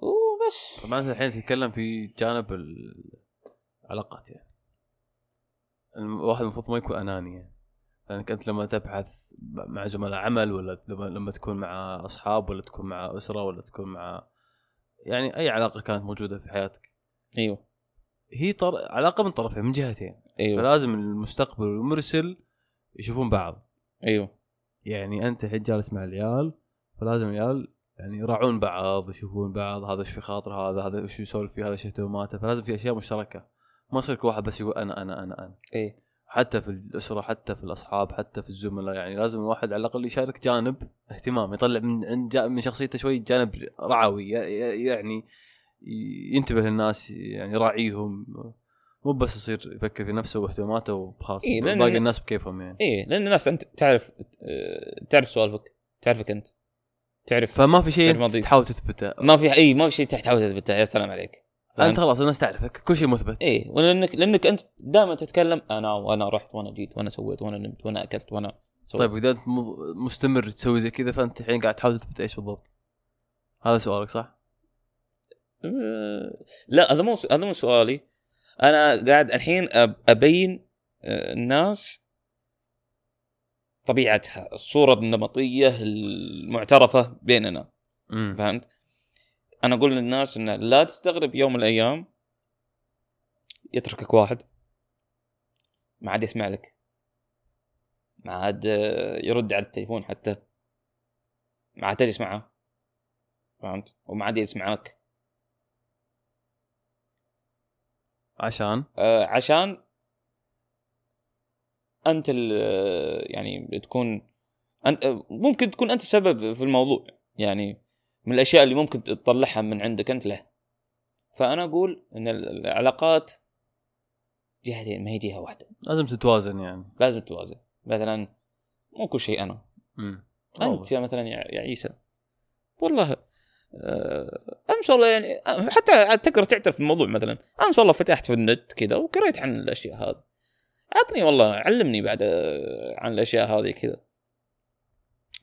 Speaker 2: وبس
Speaker 1: طبعا انت الحين تتكلم في جانب ال- العلاقات يعني الم- الواحد المفروض ما يكون اناني يعني لانك انت لما تبحث ب- مع زملاء عمل ولا ت- لما لما تكون مع اصحاب ولا تكون مع اسره ولا تكون مع يعني اي علاقه كانت موجوده في حياتك أيوه.
Speaker 2: ايوه
Speaker 1: هي طر... علاقه من طرفين من جهتين
Speaker 2: ايوه
Speaker 1: فلازم المستقبل والمرسل يشوفون بعض
Speaker 2: ايوه
Speaker 1: يعني انت الحين جالس مع العيال فلازم العيال يعني يراعون بعض يشوفون بعض هذا ايش في خاطر هذا هذا ايش يسولف فيه هذا ايش اهتماماته فلازم في اشياء مشتركه ما يصير كل واحد بس يقول انا انا انا انا
Speaker 2: ايه
Speaker 1: حتى في الاسره حتى في الاصحاب حتى في الزملاء يعني لازم الواحد على الاقل يشارك جانب اهتمام يطلع من عند جا- من شخصيته شوي جانب رعوي ي- ي- يعني ي- ينتبه للناس يعني يراعيهم مو بس يصير يفكر في نفسه واهتماماته وخلاص
Speaker 2: إيه، لأن-
Speaker 1: باقي الناس بكيفهم يعني
Speaker 2: ايه لان الناس انت تعرف آه، تعرف سوالفك تعرفك انت تعرف
Speaker 1: فما في شيء
Speaker 2: غير
Speaker 1: أنت
Speaker 2: مضيف.
Speaker 1: تحاول تثبته
Speaker 2: ما يعني- في اي ما في شيء تحاول تثبته يا سلام عليك
Speaker 1: انت خلاص الناس تعرفك كل شيء مثبت
Speaker 2: ايه ولانك لانك انت دائما تتكلم انا وانا رحت وانا جيت وانا سويت وانا نمت وانا اكلت وانا سويت
Speaker 1: طيب اذا انت مو- مستمر تسوي زي كذا فانت الحين قاعد تحاول تثبت ايش بالضبط هذا سؤالك صح
Speaker 2: آه، لا هذا مو هذا مو سؤالي انا قاعد الحين أب- ابين آه، الناس طبيعتها الصوره النمطيه المعترفه بيننا
Speaker 1: امم
Speaker 2: فهمت؟ انا اقول للناس انه لا تستغرب يوم من الايام يتركك واحد ما عاد يسمع لك ما عاد آه، يرد على التليفون حتى ما عاد تجلس معه فهمت؟ وما عاد يجلس معاك
Speaker 1: عشان
Speaker 2: آه، عشان انت ال- يعني تكون أنت ممكن تكون انت السبب في الموضوع يعني من الاشياء اللي ممكن تطلعها من عندك انت له فانا اقول ان ال- العلاقات جهتين ما هي جهه واحده
Speaker 1: لازم تتوازن يعني
Speaker 2: لازم توازن مثلا مو كل شيء انا
Speaker 1: امم
Speaker 2: انت يا مثلا يا يا عيسى والله آه، امس والله يعني آه، حتى عاد تقدر تعترف بالموضوع مثلا امس والله فتحت في النت كذا وقريت عن الاشياء هذه عطني والله علمني بعد آه، عن الاشياء هذه كذا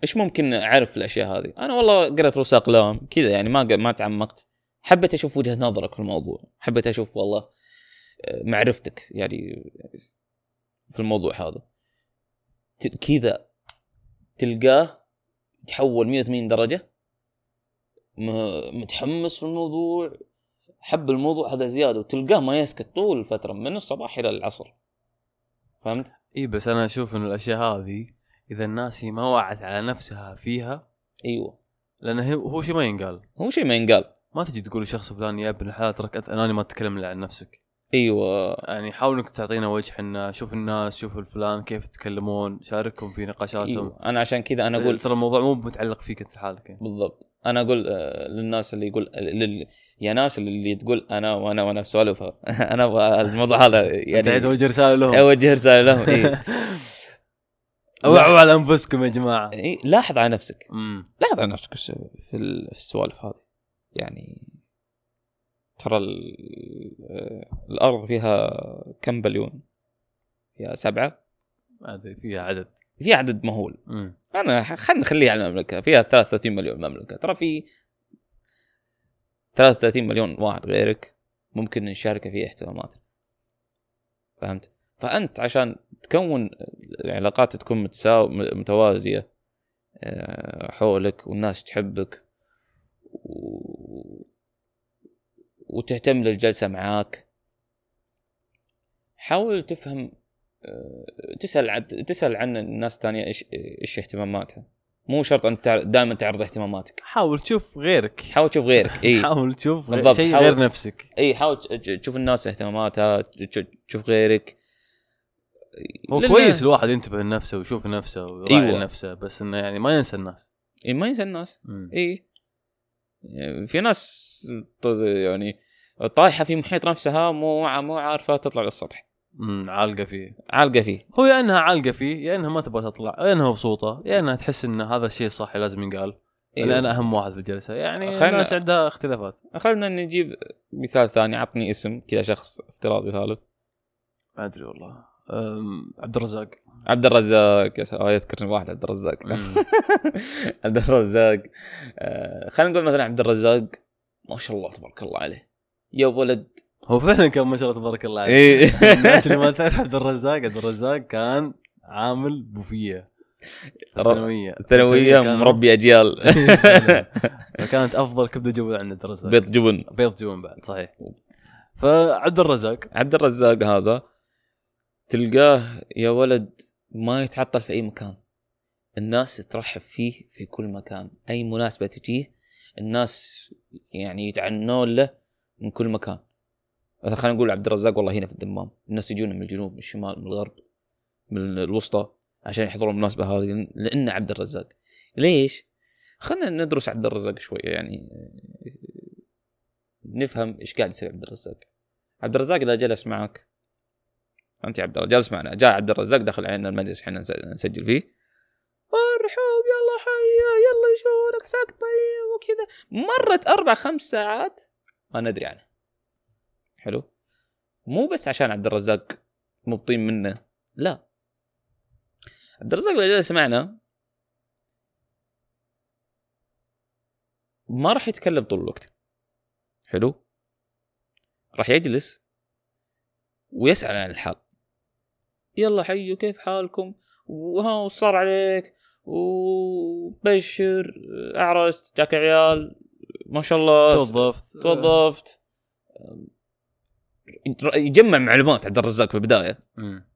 Speaker 2: ايش ممكن اعرف الاشياء هذه انا والله قريت رؤوس اقلام كذا يعني ما ق- ما تعمقت حبيت اشوف وجهه نظرك في الموضوع حبيت اشوف والله آه، معرفتك يعني في الموضوع هذا ت- كذا تلقاه تحول 180 درجه م- متحمس في الموضوع حب الموضوع هذا زياده وتلقاه ما يسكت طول الفتره من الصباح الى العصر فهمت؟
Speaker 1: اي بس انا اشوف انه الاشياء هذه اذا الناس هي ما وعت على نفسها فيها
Speaker 2: ايوه
Speaker 1: لان هي- هو شيء ما ينقال
Speaker 2: هو شيء ما ينقال
Speaker 1: ما تجي تقول لشخص فلان يا ابن الحلال ترك أث- اناني ما تتكلم الا عن نفسك
Speaker 2: ايوه
Speaker 1: يعني حاول انك تعطينا وجه انه شوف الناس شوف الفلان كيف يتكلمون شاركهم في نقاشاتهم
Speaker 2: ايوه انا عشان كذا انا اقول
Speaker 1: ترى الموضوع مو متعلق فيك انت لحالك يعني.
Speaker 2: بالضبط انا اقول آه، للناس اللي يقول لل... يا ناس اللي تقول انا وانا وانا *laughs* سوالفها انا ابغى الموضوع هذا
Speaker 1: يعني
Speaker 2: يعني
Speaker 1: توجه رساله *laughs* لهم
Speaker 2: اوجه رساله
Speaker 1: *laughs*
Speaker 2: لهم إيه.
Speaker 1: اوعوا على انفسكم يا جماعه
Speaker 2: إيه. لاحظ على نفسك
Speaker 1: امم
Speaker 2: لاحظ على نفسك الس- في ال- في السوالف هذه يعني ترى ال- آه، الارض فيها كم بليون؟ فيها سبعه
Speaker 1: ما ادري فيها عدد
Speaker 2: في عدد مهول
Speaker 1: امم
Speaker 2: انا ح- خلنا نخليها على المملكه فيها 33 مليون مملكه ترى في 33 مليون واحد غيرك ممكن نشارك في اهتمامات فهمت فانت عشان تكون العلاقات تكون متساو... م- متوازيه آه، حولك والناس تحبك و... وتهتم للجلسه معاك حاول تفهم آه، تسال عن تسال عن الناس الثانيه ايش ايش اهتماماتها مو شرط انت دائما تعرض اهتماماتك
Speaker 1: حاول تشوف غيرك
Speaker 2: حاول تشوف غيرك إيه. اي
Speaker 1: حاول تشوف غ-
Speaker 2: بالضبط،
Speaker 1: شيء
Speaker 2: حاول-
Speaker 1: غير نفسك
Speaker 2: اي حاول ت- ت- تشوف الناس اهتماماتها ت- ت- تشوف غيرك
Speaker 1: هو
Speaker 2: لأن-
Speaker 1: كويس الواحد ينتبه لنفسه ويشوف نفسه ويراعي
Speaker 2: أيوة.
Speaker 1: أيوة. نفسه بس انه يعني ما ينسى الناس
Speaker 2: اي ما ينسى الناس
Speaker 1: مم.
Speaker 2: اي في ناس ط- يعني طايحه في محيط نفسها مو ع- مو عارفه تطلع للسطح
Speaker 1: امم عالقه فيه
Speaker 2: عالقه فيه
Speaker 1: هو يا انها عالقه فيه يا انها ما تبغى تطلع يا انها مبسوطه يا انها تحس ان هذا الشيء الصح لازم ينقال
Speaker 2: إيوه.
Speaker 1: انا اهم واحد في الجلسه يعني
Speaker 2: خلنا-
Speaker 1: الناس عندها اختلافات
Speaker 2: خلينا نجيب مثال ثاني عطني اسم كذا شخص افتراضي ثالث
Speaker 1: ما ادري والله أم، عبد الرزاق
Speaker 2: عبد الرزاق يا سلام آه، يذكرني واحد
Speaker 1: *laughs*
Speaker 2: عبد الرزاق
Speaker 1: مم.
Speaker 2: عبد الرزاق آه، خلينا نقول مثلا عبد الرزاق ما شاء الله تبارك الله عليه يا ولد
Speaker 1: هو فعلا كان ما شاء الله تبارك الله عليه
Speaker 2: إيه.
Speaker 1: الناس اللي ما تعرف عبد الرزاق عبد الرزاق كان عامل بوفيه
Speaker 2: رب-
Speaker 1: ثانويه
Speaker 2: ثانويه
Speaker 1: كان- *laughs*
Speaker 2: مربي اجيال
Speaker 1: كانت افضل كبده جبل عند عبد الرزاق
Speaker 2: بيض جبن
Speaker 1: بيض جبن بعد صحيح فعبد الرزاق
Speaker 2: عبد الرزاق هذا تلقاه يا ولد ما يتعطل في اي مكان الناس ترحب فيه في كل مكان اي مناسبه تجيه الناس يعني يتعنون له من كل مكان مثلا خلينا نقول عبد الرزاق والله هنا في الدمام الناس يجون من الجنوب من الشمال من الغرب من الوسطى عشان يحضرون المناسبه هذه لانه عبد الرزاق ليش خلينا ندرس عبد الرزاق شوي يعني نفهم ايش قاعد يسوي عبد الرزاق عبد الرزاق اذا جلس معك انت يا عبد الرزاق جلس معنا جاء عبد الرزاق دخل علينا المجلس احنا نس- نسجل فيه والرحوب يلا حيا يلا شلونك عساك طيب وكذا مرت اربع خمس ساعات ما ندري عنه حلو مو بس عشان عبد الرزاق مبطين منه لا عبد الرزاق لو جلس معنا ما راح يتكلم طول الوقت حلو راح يجلس ويسأل عن الحال يلا حيو كيف حالكم وها وش صار عليك وبشر اعرست جاك عيال ما شاء الله
Speaker 1: توظفت
Speaker 2: توظفت يجمع معلومات عبد الرزاق في البدايه
Speaker 1: مم.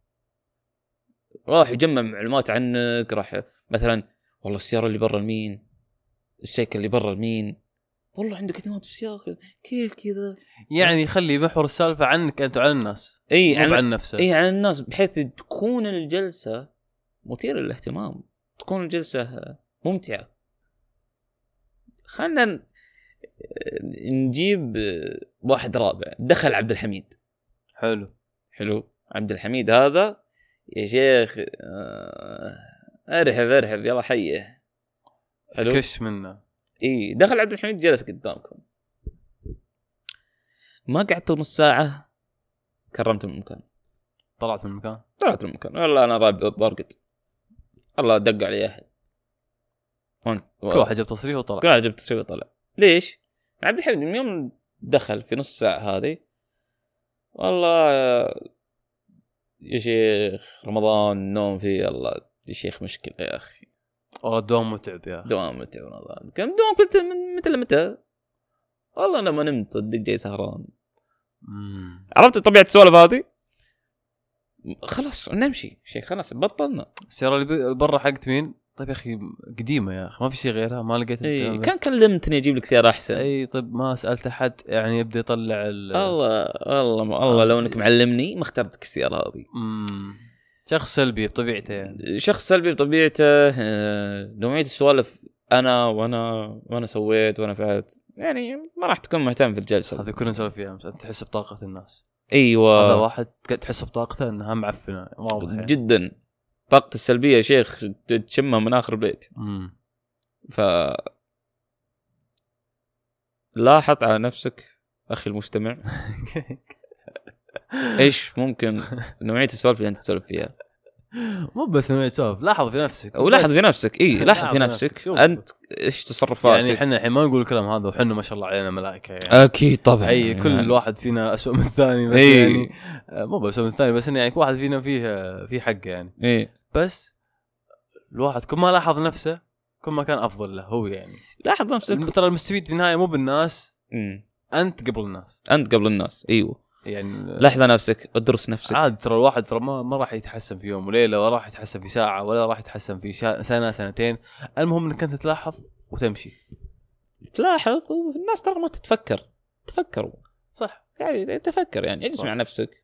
Speaker 2: راح يجمع معلومات عنك راح مثلا والله السياره اللي برا لمين السيكل اللي برا لمين والله عندك اهتمامات بالسياقه كيف كذا
Speaker 1: يعني خلي محور السالفه عنك انت وعن الناس
Speaker 2: اي
Speaker 1: مو
Speaker 2: عن
Speaker 1: عن نفسه
Speaker 2: اي عن الناس بحيث تكون الجلسه مثيره للاهتمام تكون الجلسه ممتعه خلنا ن- نجيب واحد رابع دخل عبد الحميد
Speaker 1: حلو
Speaker 2: حلو عبد الحميد هذا يا شيخ آه، ارحب ارحب يلا حيه حلو
Speaker 1: كش منه
Speaker 2: اي دخل عبد الحميد جلس قدامكم ما قعدتوا نص ساعه كرمت من المكان
Speaker 1: طلعت من المكان
Speaker 2: طلعت من المكان والله انا راب- برقد الله دق علي احد وانت
Speaker 1: كل واحد جاب تصريح وطلع
Speaker 2: كل واحد جاب تسريب وطلع ليش؟ عبد الحميد من يوم دخل في نص ساعة هذه والله يا- يا شيخ رمضان النوم فيه الله يا شيخ مشكلة يا أخي
Speaker 1: والله الدوام متعب يا اخي
Speaker 2: دوام متى رمضان كم دوام قلت من متى لمتى؟ والله أنا ما نمت صدق جاي سهران
Speaker 1: مم.
Speaker 2: عرفت طبيعة السوالف هذه؟ خلاص نمشي شيخ خلاص بطلنا
Speaker 1: السياره اللي ب- برا حقت مين؟ طيب يا اخي قديمه يا اخي ما في شيء غيرها ما لقيت
Speaker 2: إيه.
Speaker 1: إنت-
Speaker 2: كان كلمتني اجيب لك سياره احسن
Speaker 1: اي طيب ما سالت احد يعني يبدا يطلع ال
Speaker 2: الله الله الله لو انك معلمني ما اخترت لك السياره هذه
Speaker 1: مم. شخص سلبي بطبيعته يعني
Speaker 2: شخص سلبي بطبيعته آه، نوعيه السوالف انا وانا وانا سويت وانا فعلت يعني ما راح تكون مهتم في الجلسه
Speaker 1: هذه كلنا نسولف فيها امس انت تحس بطاقه الناس هذا
Speaker 2: ايوه
Speaker 1: واحد قاعد تحس بطاقته انها معفنه واضح يعني.
Speaker 2: جدا طاقة السلبية يا شيخ تشمها من آخر البيت
Speaker 1: مم.
Speaker 2: ف لاحظ على نفسك
Speaker 1: *laughs*
Speaker 2: أخي المستمع إيش ممكن نوعية السوالف اللي أنت تسولف فيها
Speaker 1: مو بس نوعية سولف لاحظ في نفسك
Speaker 2: ولاحظ
Speaker 1: بس.
Speaker 2: في نفسك اي لاحظ في
Speaker 1: لاحظ
Speaker 2: نفسك
Speaker 1: شوف.
Speaker 2: انت ايش تصرفاتك
Speaker 1: يعني
Speaker 2: يعني
Speaker 1: احنا الحين ما نقول الكلام هذا وحنا ما شاء الله علينا ملائكه يعني
Speaker 2: اكيد طبعا
Speaker 1: اي كل
Speaker 2: يعني. إيه.
Speaker 1: واحد فينا اسوء من الثاني بس
Speaker 2: إي.
Speaker 1: يعني آه، مو بس من الثاني بس انه يعني كل واحد فينا فيه آه، فيه حقه يعني
Speaker 2: اي
Speaker 1: بس الواحد كل ما لاحظ نفسه كل ما كان افضل له هو يعني
Speaker 2: لاحظ نفسك
Speaker 1: ترى المستفيد في النهايه مو بالناس
Speaker 2: مم.
Speaker 1: انت قبل الناس
Speaker 2: انت قبل الناس ايوه
Speaker 1: يعني
Speaker 2: لاحظ نفسك ادرس نفسك
Speaker 1: عاد ترى الواحد ترى ما, ما راح يتحسن في يوم وليله ولا راح يتحسن في ساعه ولا راح يتحسن في شا... سنه سنتين المهم انك انت تلاحظ وتمشي
Speaker 2: تلاحظ والناس ترى ما تتفكر تفكروا
Speaker 1: صح
Speaker 2: يعني تفكر يعني اجلس
Speaker 1: صح.
Speaker 2: مع نفسك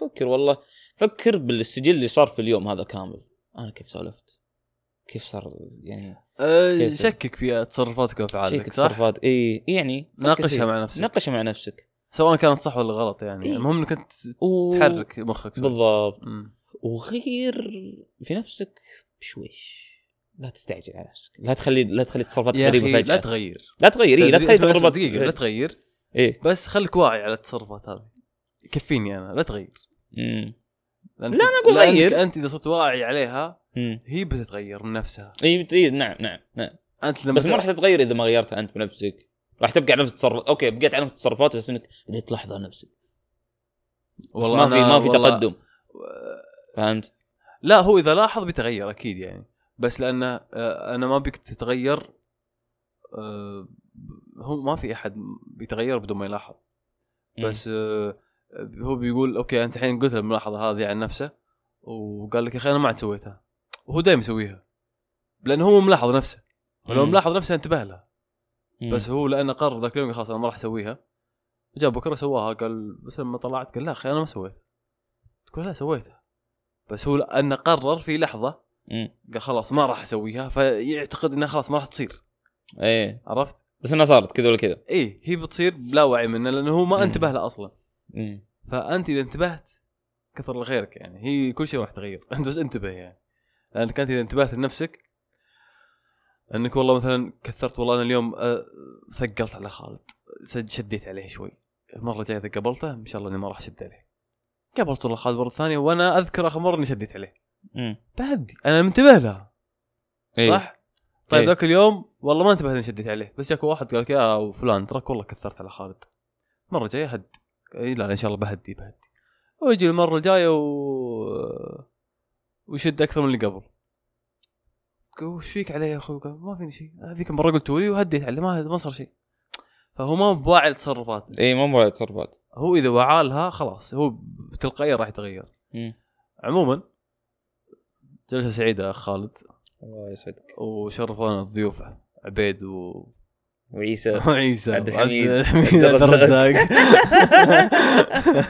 Speaker 2: فكر والله فكر بالسجل اللي صار في اليوم هذا كامل انا كيف سولفت كيف صار يعني
Speaker 1: أه
Speaker 2: كيف؟
Speaker 1: شكك في تصرفاتك
Speaker 2: شيك
Speaker 1: وافعالك صح
Speaker 2: تصرفات اي يعني فكر
Speaker 1: ناقشها
Speaker 2: فيه.
Speaker 1: مع نفسك
Speaker 2: ناقشها مع نفسك
Speaker 1: سواء كانت صح ولا غلط يعني
Speaker 2: إيه.
Speaker 1: المهم انك انت
Speaker 2: و-
Speaker 1: تحرك مخك شوي.
Speaker 2: بالضبط
Speaker 1: مم.
Speaker 2: وغير في نفسك بشويش لا تستعجل على نفسك لا تخلي لا تخلي تصرفاتك
Speaker 1: يا
Speaker 2: غريبه
Speaker 1: اخي
Speaker 2: فجاه
Speaker 1: لا تغير
Speaker 2: لا تغير إيه لا تخلي
Speaker 1: اسمع- اسمع
Speaker 2: تغربات
Speaker 1: دقيقه لا تغير
Speaker 2: ايه
Speaker 1: بس خليك واعي على التصرفات هذه يكفيني انا لا تغير
Speaker 2: أمم.
Speaker 1: لأنك-
Speaker 2: لا، أنا أقول
Speaker 1: لأنك
Speaker 2: غير.
Speaker 1: انت اذا صرت واعي عليها
Speaker 2: أمم.
Speaker 1: هي بتتغير من نفسها
Speaker 2: اي بت- إيه، نعم نعم نعم
Speaker 1: انت لما
Speaker 2: بس ما راح تتغير اذا ما غيرت انت بنفسك راح تبقى على نفس التصرفات اوكي بقيت على نفس التصرفات بس انك بديت تلاحظ على نفسك بس ما في
Speaker 1: أنا-
Speaker 2: ما في
Speaker 1: والله- أه،
Speaker 2: تقدم فهمت؟
Speaker 1: لا هو اذا لاحظ بيتغير اكيد يعني بس لانه آه، انا ما بيك تتغير آه، هو ما في احد بيتغير بدون ما يلاحظ
Speaker 2: أمم.
Speaker 1: بس آه، هو بيقول اوكي انت الحين قلت الملاحظه هذه عن نفسه وقال لك يا اخي انا ما عاد سويتها وهو دائما يسويها لانه هو ملاحظ نفسه ولو
Speaker 2: أمم.
Speaker 1: ملاحظ نفسه انتبه لها
Speaker 2: أمم.
Speaker 1: بس هو لانه قرر ذاك اليوم خلاص انا ما راح اسويها جاء بكره سواها قال بس لما طلعت قال لا اخي انا ما سويتها تقول لا سويتها بس هو لانه قرر في لحظه
Speaker 2: أمم.
Speaker 1: قال خلاص ما راح اسويها فيعتقد انها خلاص ما راح تصير
Speaker 2: ايه
Speaker 1: عرفت؟
Speaker 2: بس انها صارت كذا ولا كذا
Speaker 1: ايه هي بتصير بلا وعي منه لانه هو
Speaker 2: مم.
Speaker 1: ما انتبه لها اصلا
Speaker 2: أمم.
Speaker 1: فانت اذا انتبهت كثر لغيرك يعني هي كل شيء راح تغير انت *laughs* بس انتبه يعني لانك انت اذا انتبهت لنفسك انك والله مثلا كثرت والله انا اليوم أه، ثقلت على خالد سد- شديت عليه شوي المره الجايه اذا قابلته ان شاء الله اني ما راح اشد عليه قابلت والله خالد مره ثانيه وانا اذكر اخر مره اني شديت عليه
Speaker 2: أمم.
Speaker 1: بهدي انا منتبه لها
Speaker 2: إيه.
Speaker 1: صح؟ طيب
Speaker 2: إيه.
Speaker 1: ذاك اليوم والله ما انتبهت اني شديت عليه بس جاك واحد قال لك يا فلان تراك والله كثرت على خالد المره الجايه هد اي إيه، لا لا، ان شاء الله بهدي بهدي ويجي المره الجايه و... ويشد اكثر من اللي قبل قال وش فيك علي يا اخوي قال ما فيني شيء هذيك المره قلت لي وهديت عليه ما ما صار شيء فهو ما بواعي لتصرفاته
Speaker 2: ايه ما مو تصرفات
Speaker 1: هو اذا وعالها خلاص هو تلقائيا راح يتغير
Speaker 2: أمم.
Speaker 1: عموما جلسه سعيده يا أخ خالد
Speaker 2: الله يسعدك
Speaker 1: وشرفونا الضيوف عبيد و...
Speaker 2: وعيسى
Speaker 1: وعيسى
Speaker 2: عبد
Speaker 1: وعبد
Speaker 2: الحميد.
Speaker 1: الحميد عبد
Speaker 2: عبد الرزاق.
Speaker 1: الرزاق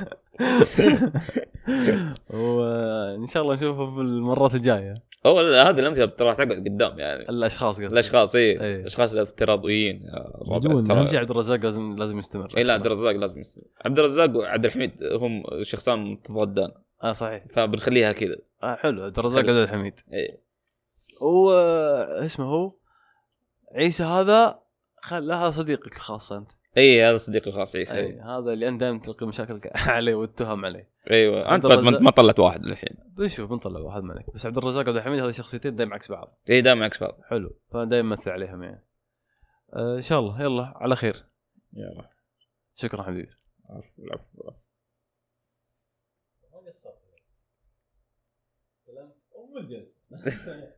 Speaker 2: *laughs*
Speaker 1: وان شاء الله نشوفهم في المرات الجايه
Speaker 2: هو هذه الامثله ترى تقعد قدام يعني
Speaker 1: الاشخاص قصدي
Speaker 2: الاشخاص اي
Speaker 1: إيه.
Speaker 2: الاشخاص الافتراضيين آه، الرابع
Speaker 1: بدون اهم
Speaker 2: ترى
Speaker 1: شيء عبد الرزاق لازم لازم يستمر
Speaker 2: اي إيه، لا عبد الرزاق لازم يصير. عبد الرزاق وعبد الحميد هم شخصان متضادان
Speaker 1: اه صحيح
Speaker 2: فبنخليها كذا
Speaker 1: آه حلو عبد الرزاق
Speaker 2: حلو.
Speaker 1: عبد الحميد
Speaker 2: إيه.
Speaker 1: و آه، اسمه هو عيسى هذا خل لا هذا صديقك الخاص انت
Speaker 2: اي هذا صديقي الخاص عيسى
Speaker 1: أي. هذا اللي انت دائما تلقي مشاكلك *laughs* عليه والتهم عليه
Speaker 2: ايوه انت
Speaker 1: عبد
Speaker 2: بعد ما-
Speaker 1: الرزاق.
Speaker 2: ما طلعت واحد للحين
Speaker 1: بنشوف بنطلع إيه، واحد ملك بس عبد الرزاق وعبد الحميد هذه شخصيتين دائما عكس بعض
Speaker 2: اي دائما معك بعض
Speaker 1: حلو فانا دائما امثل عليهم يعني آه ان شاء الله يلا على خير
Speaker 2: يلا
Speaker 1: شكرا حبيبي
Speaker 2: عفو عفو
Speaker 3: ما قصرت كلام ام الجلسه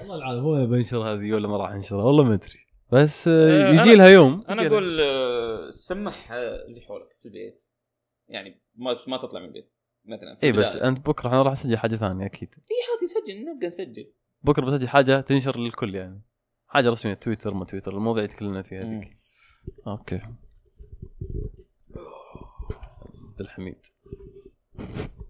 Speaker 3: والله العظيم
Speaker 1: هو انا بنشر هذه ولا ما راح انشرها والله ما ادري بس
Speaker 2: آه،
Speaker 1: آه
Speaker 2: أنا-
Speaker 1: يجي لها يوم
Speaker 2: انا
Speaker 1: يجي لها.
Speaker 2: اقول آه، سمح آه، اللي حولك في البيت يعني ما ما تطلع من البيت مثلا في
Speaker 1: اي إيه، بس
Speaker 2: البداية.
Speaker 1: انت بكره انا راح اسجل حاجه ثانيه اكيد
Speaker 2: اي عادي سجل نبقى نسجل
Speaker 1: بكره بسجل حاجه تنشر للكل يعني حاجه رسميه تويتر ما تويتر المواضيع اللي تكلمنا فيها
Speaker 2: مم.
Speaker 1: هذيك اوكي عبد الحميد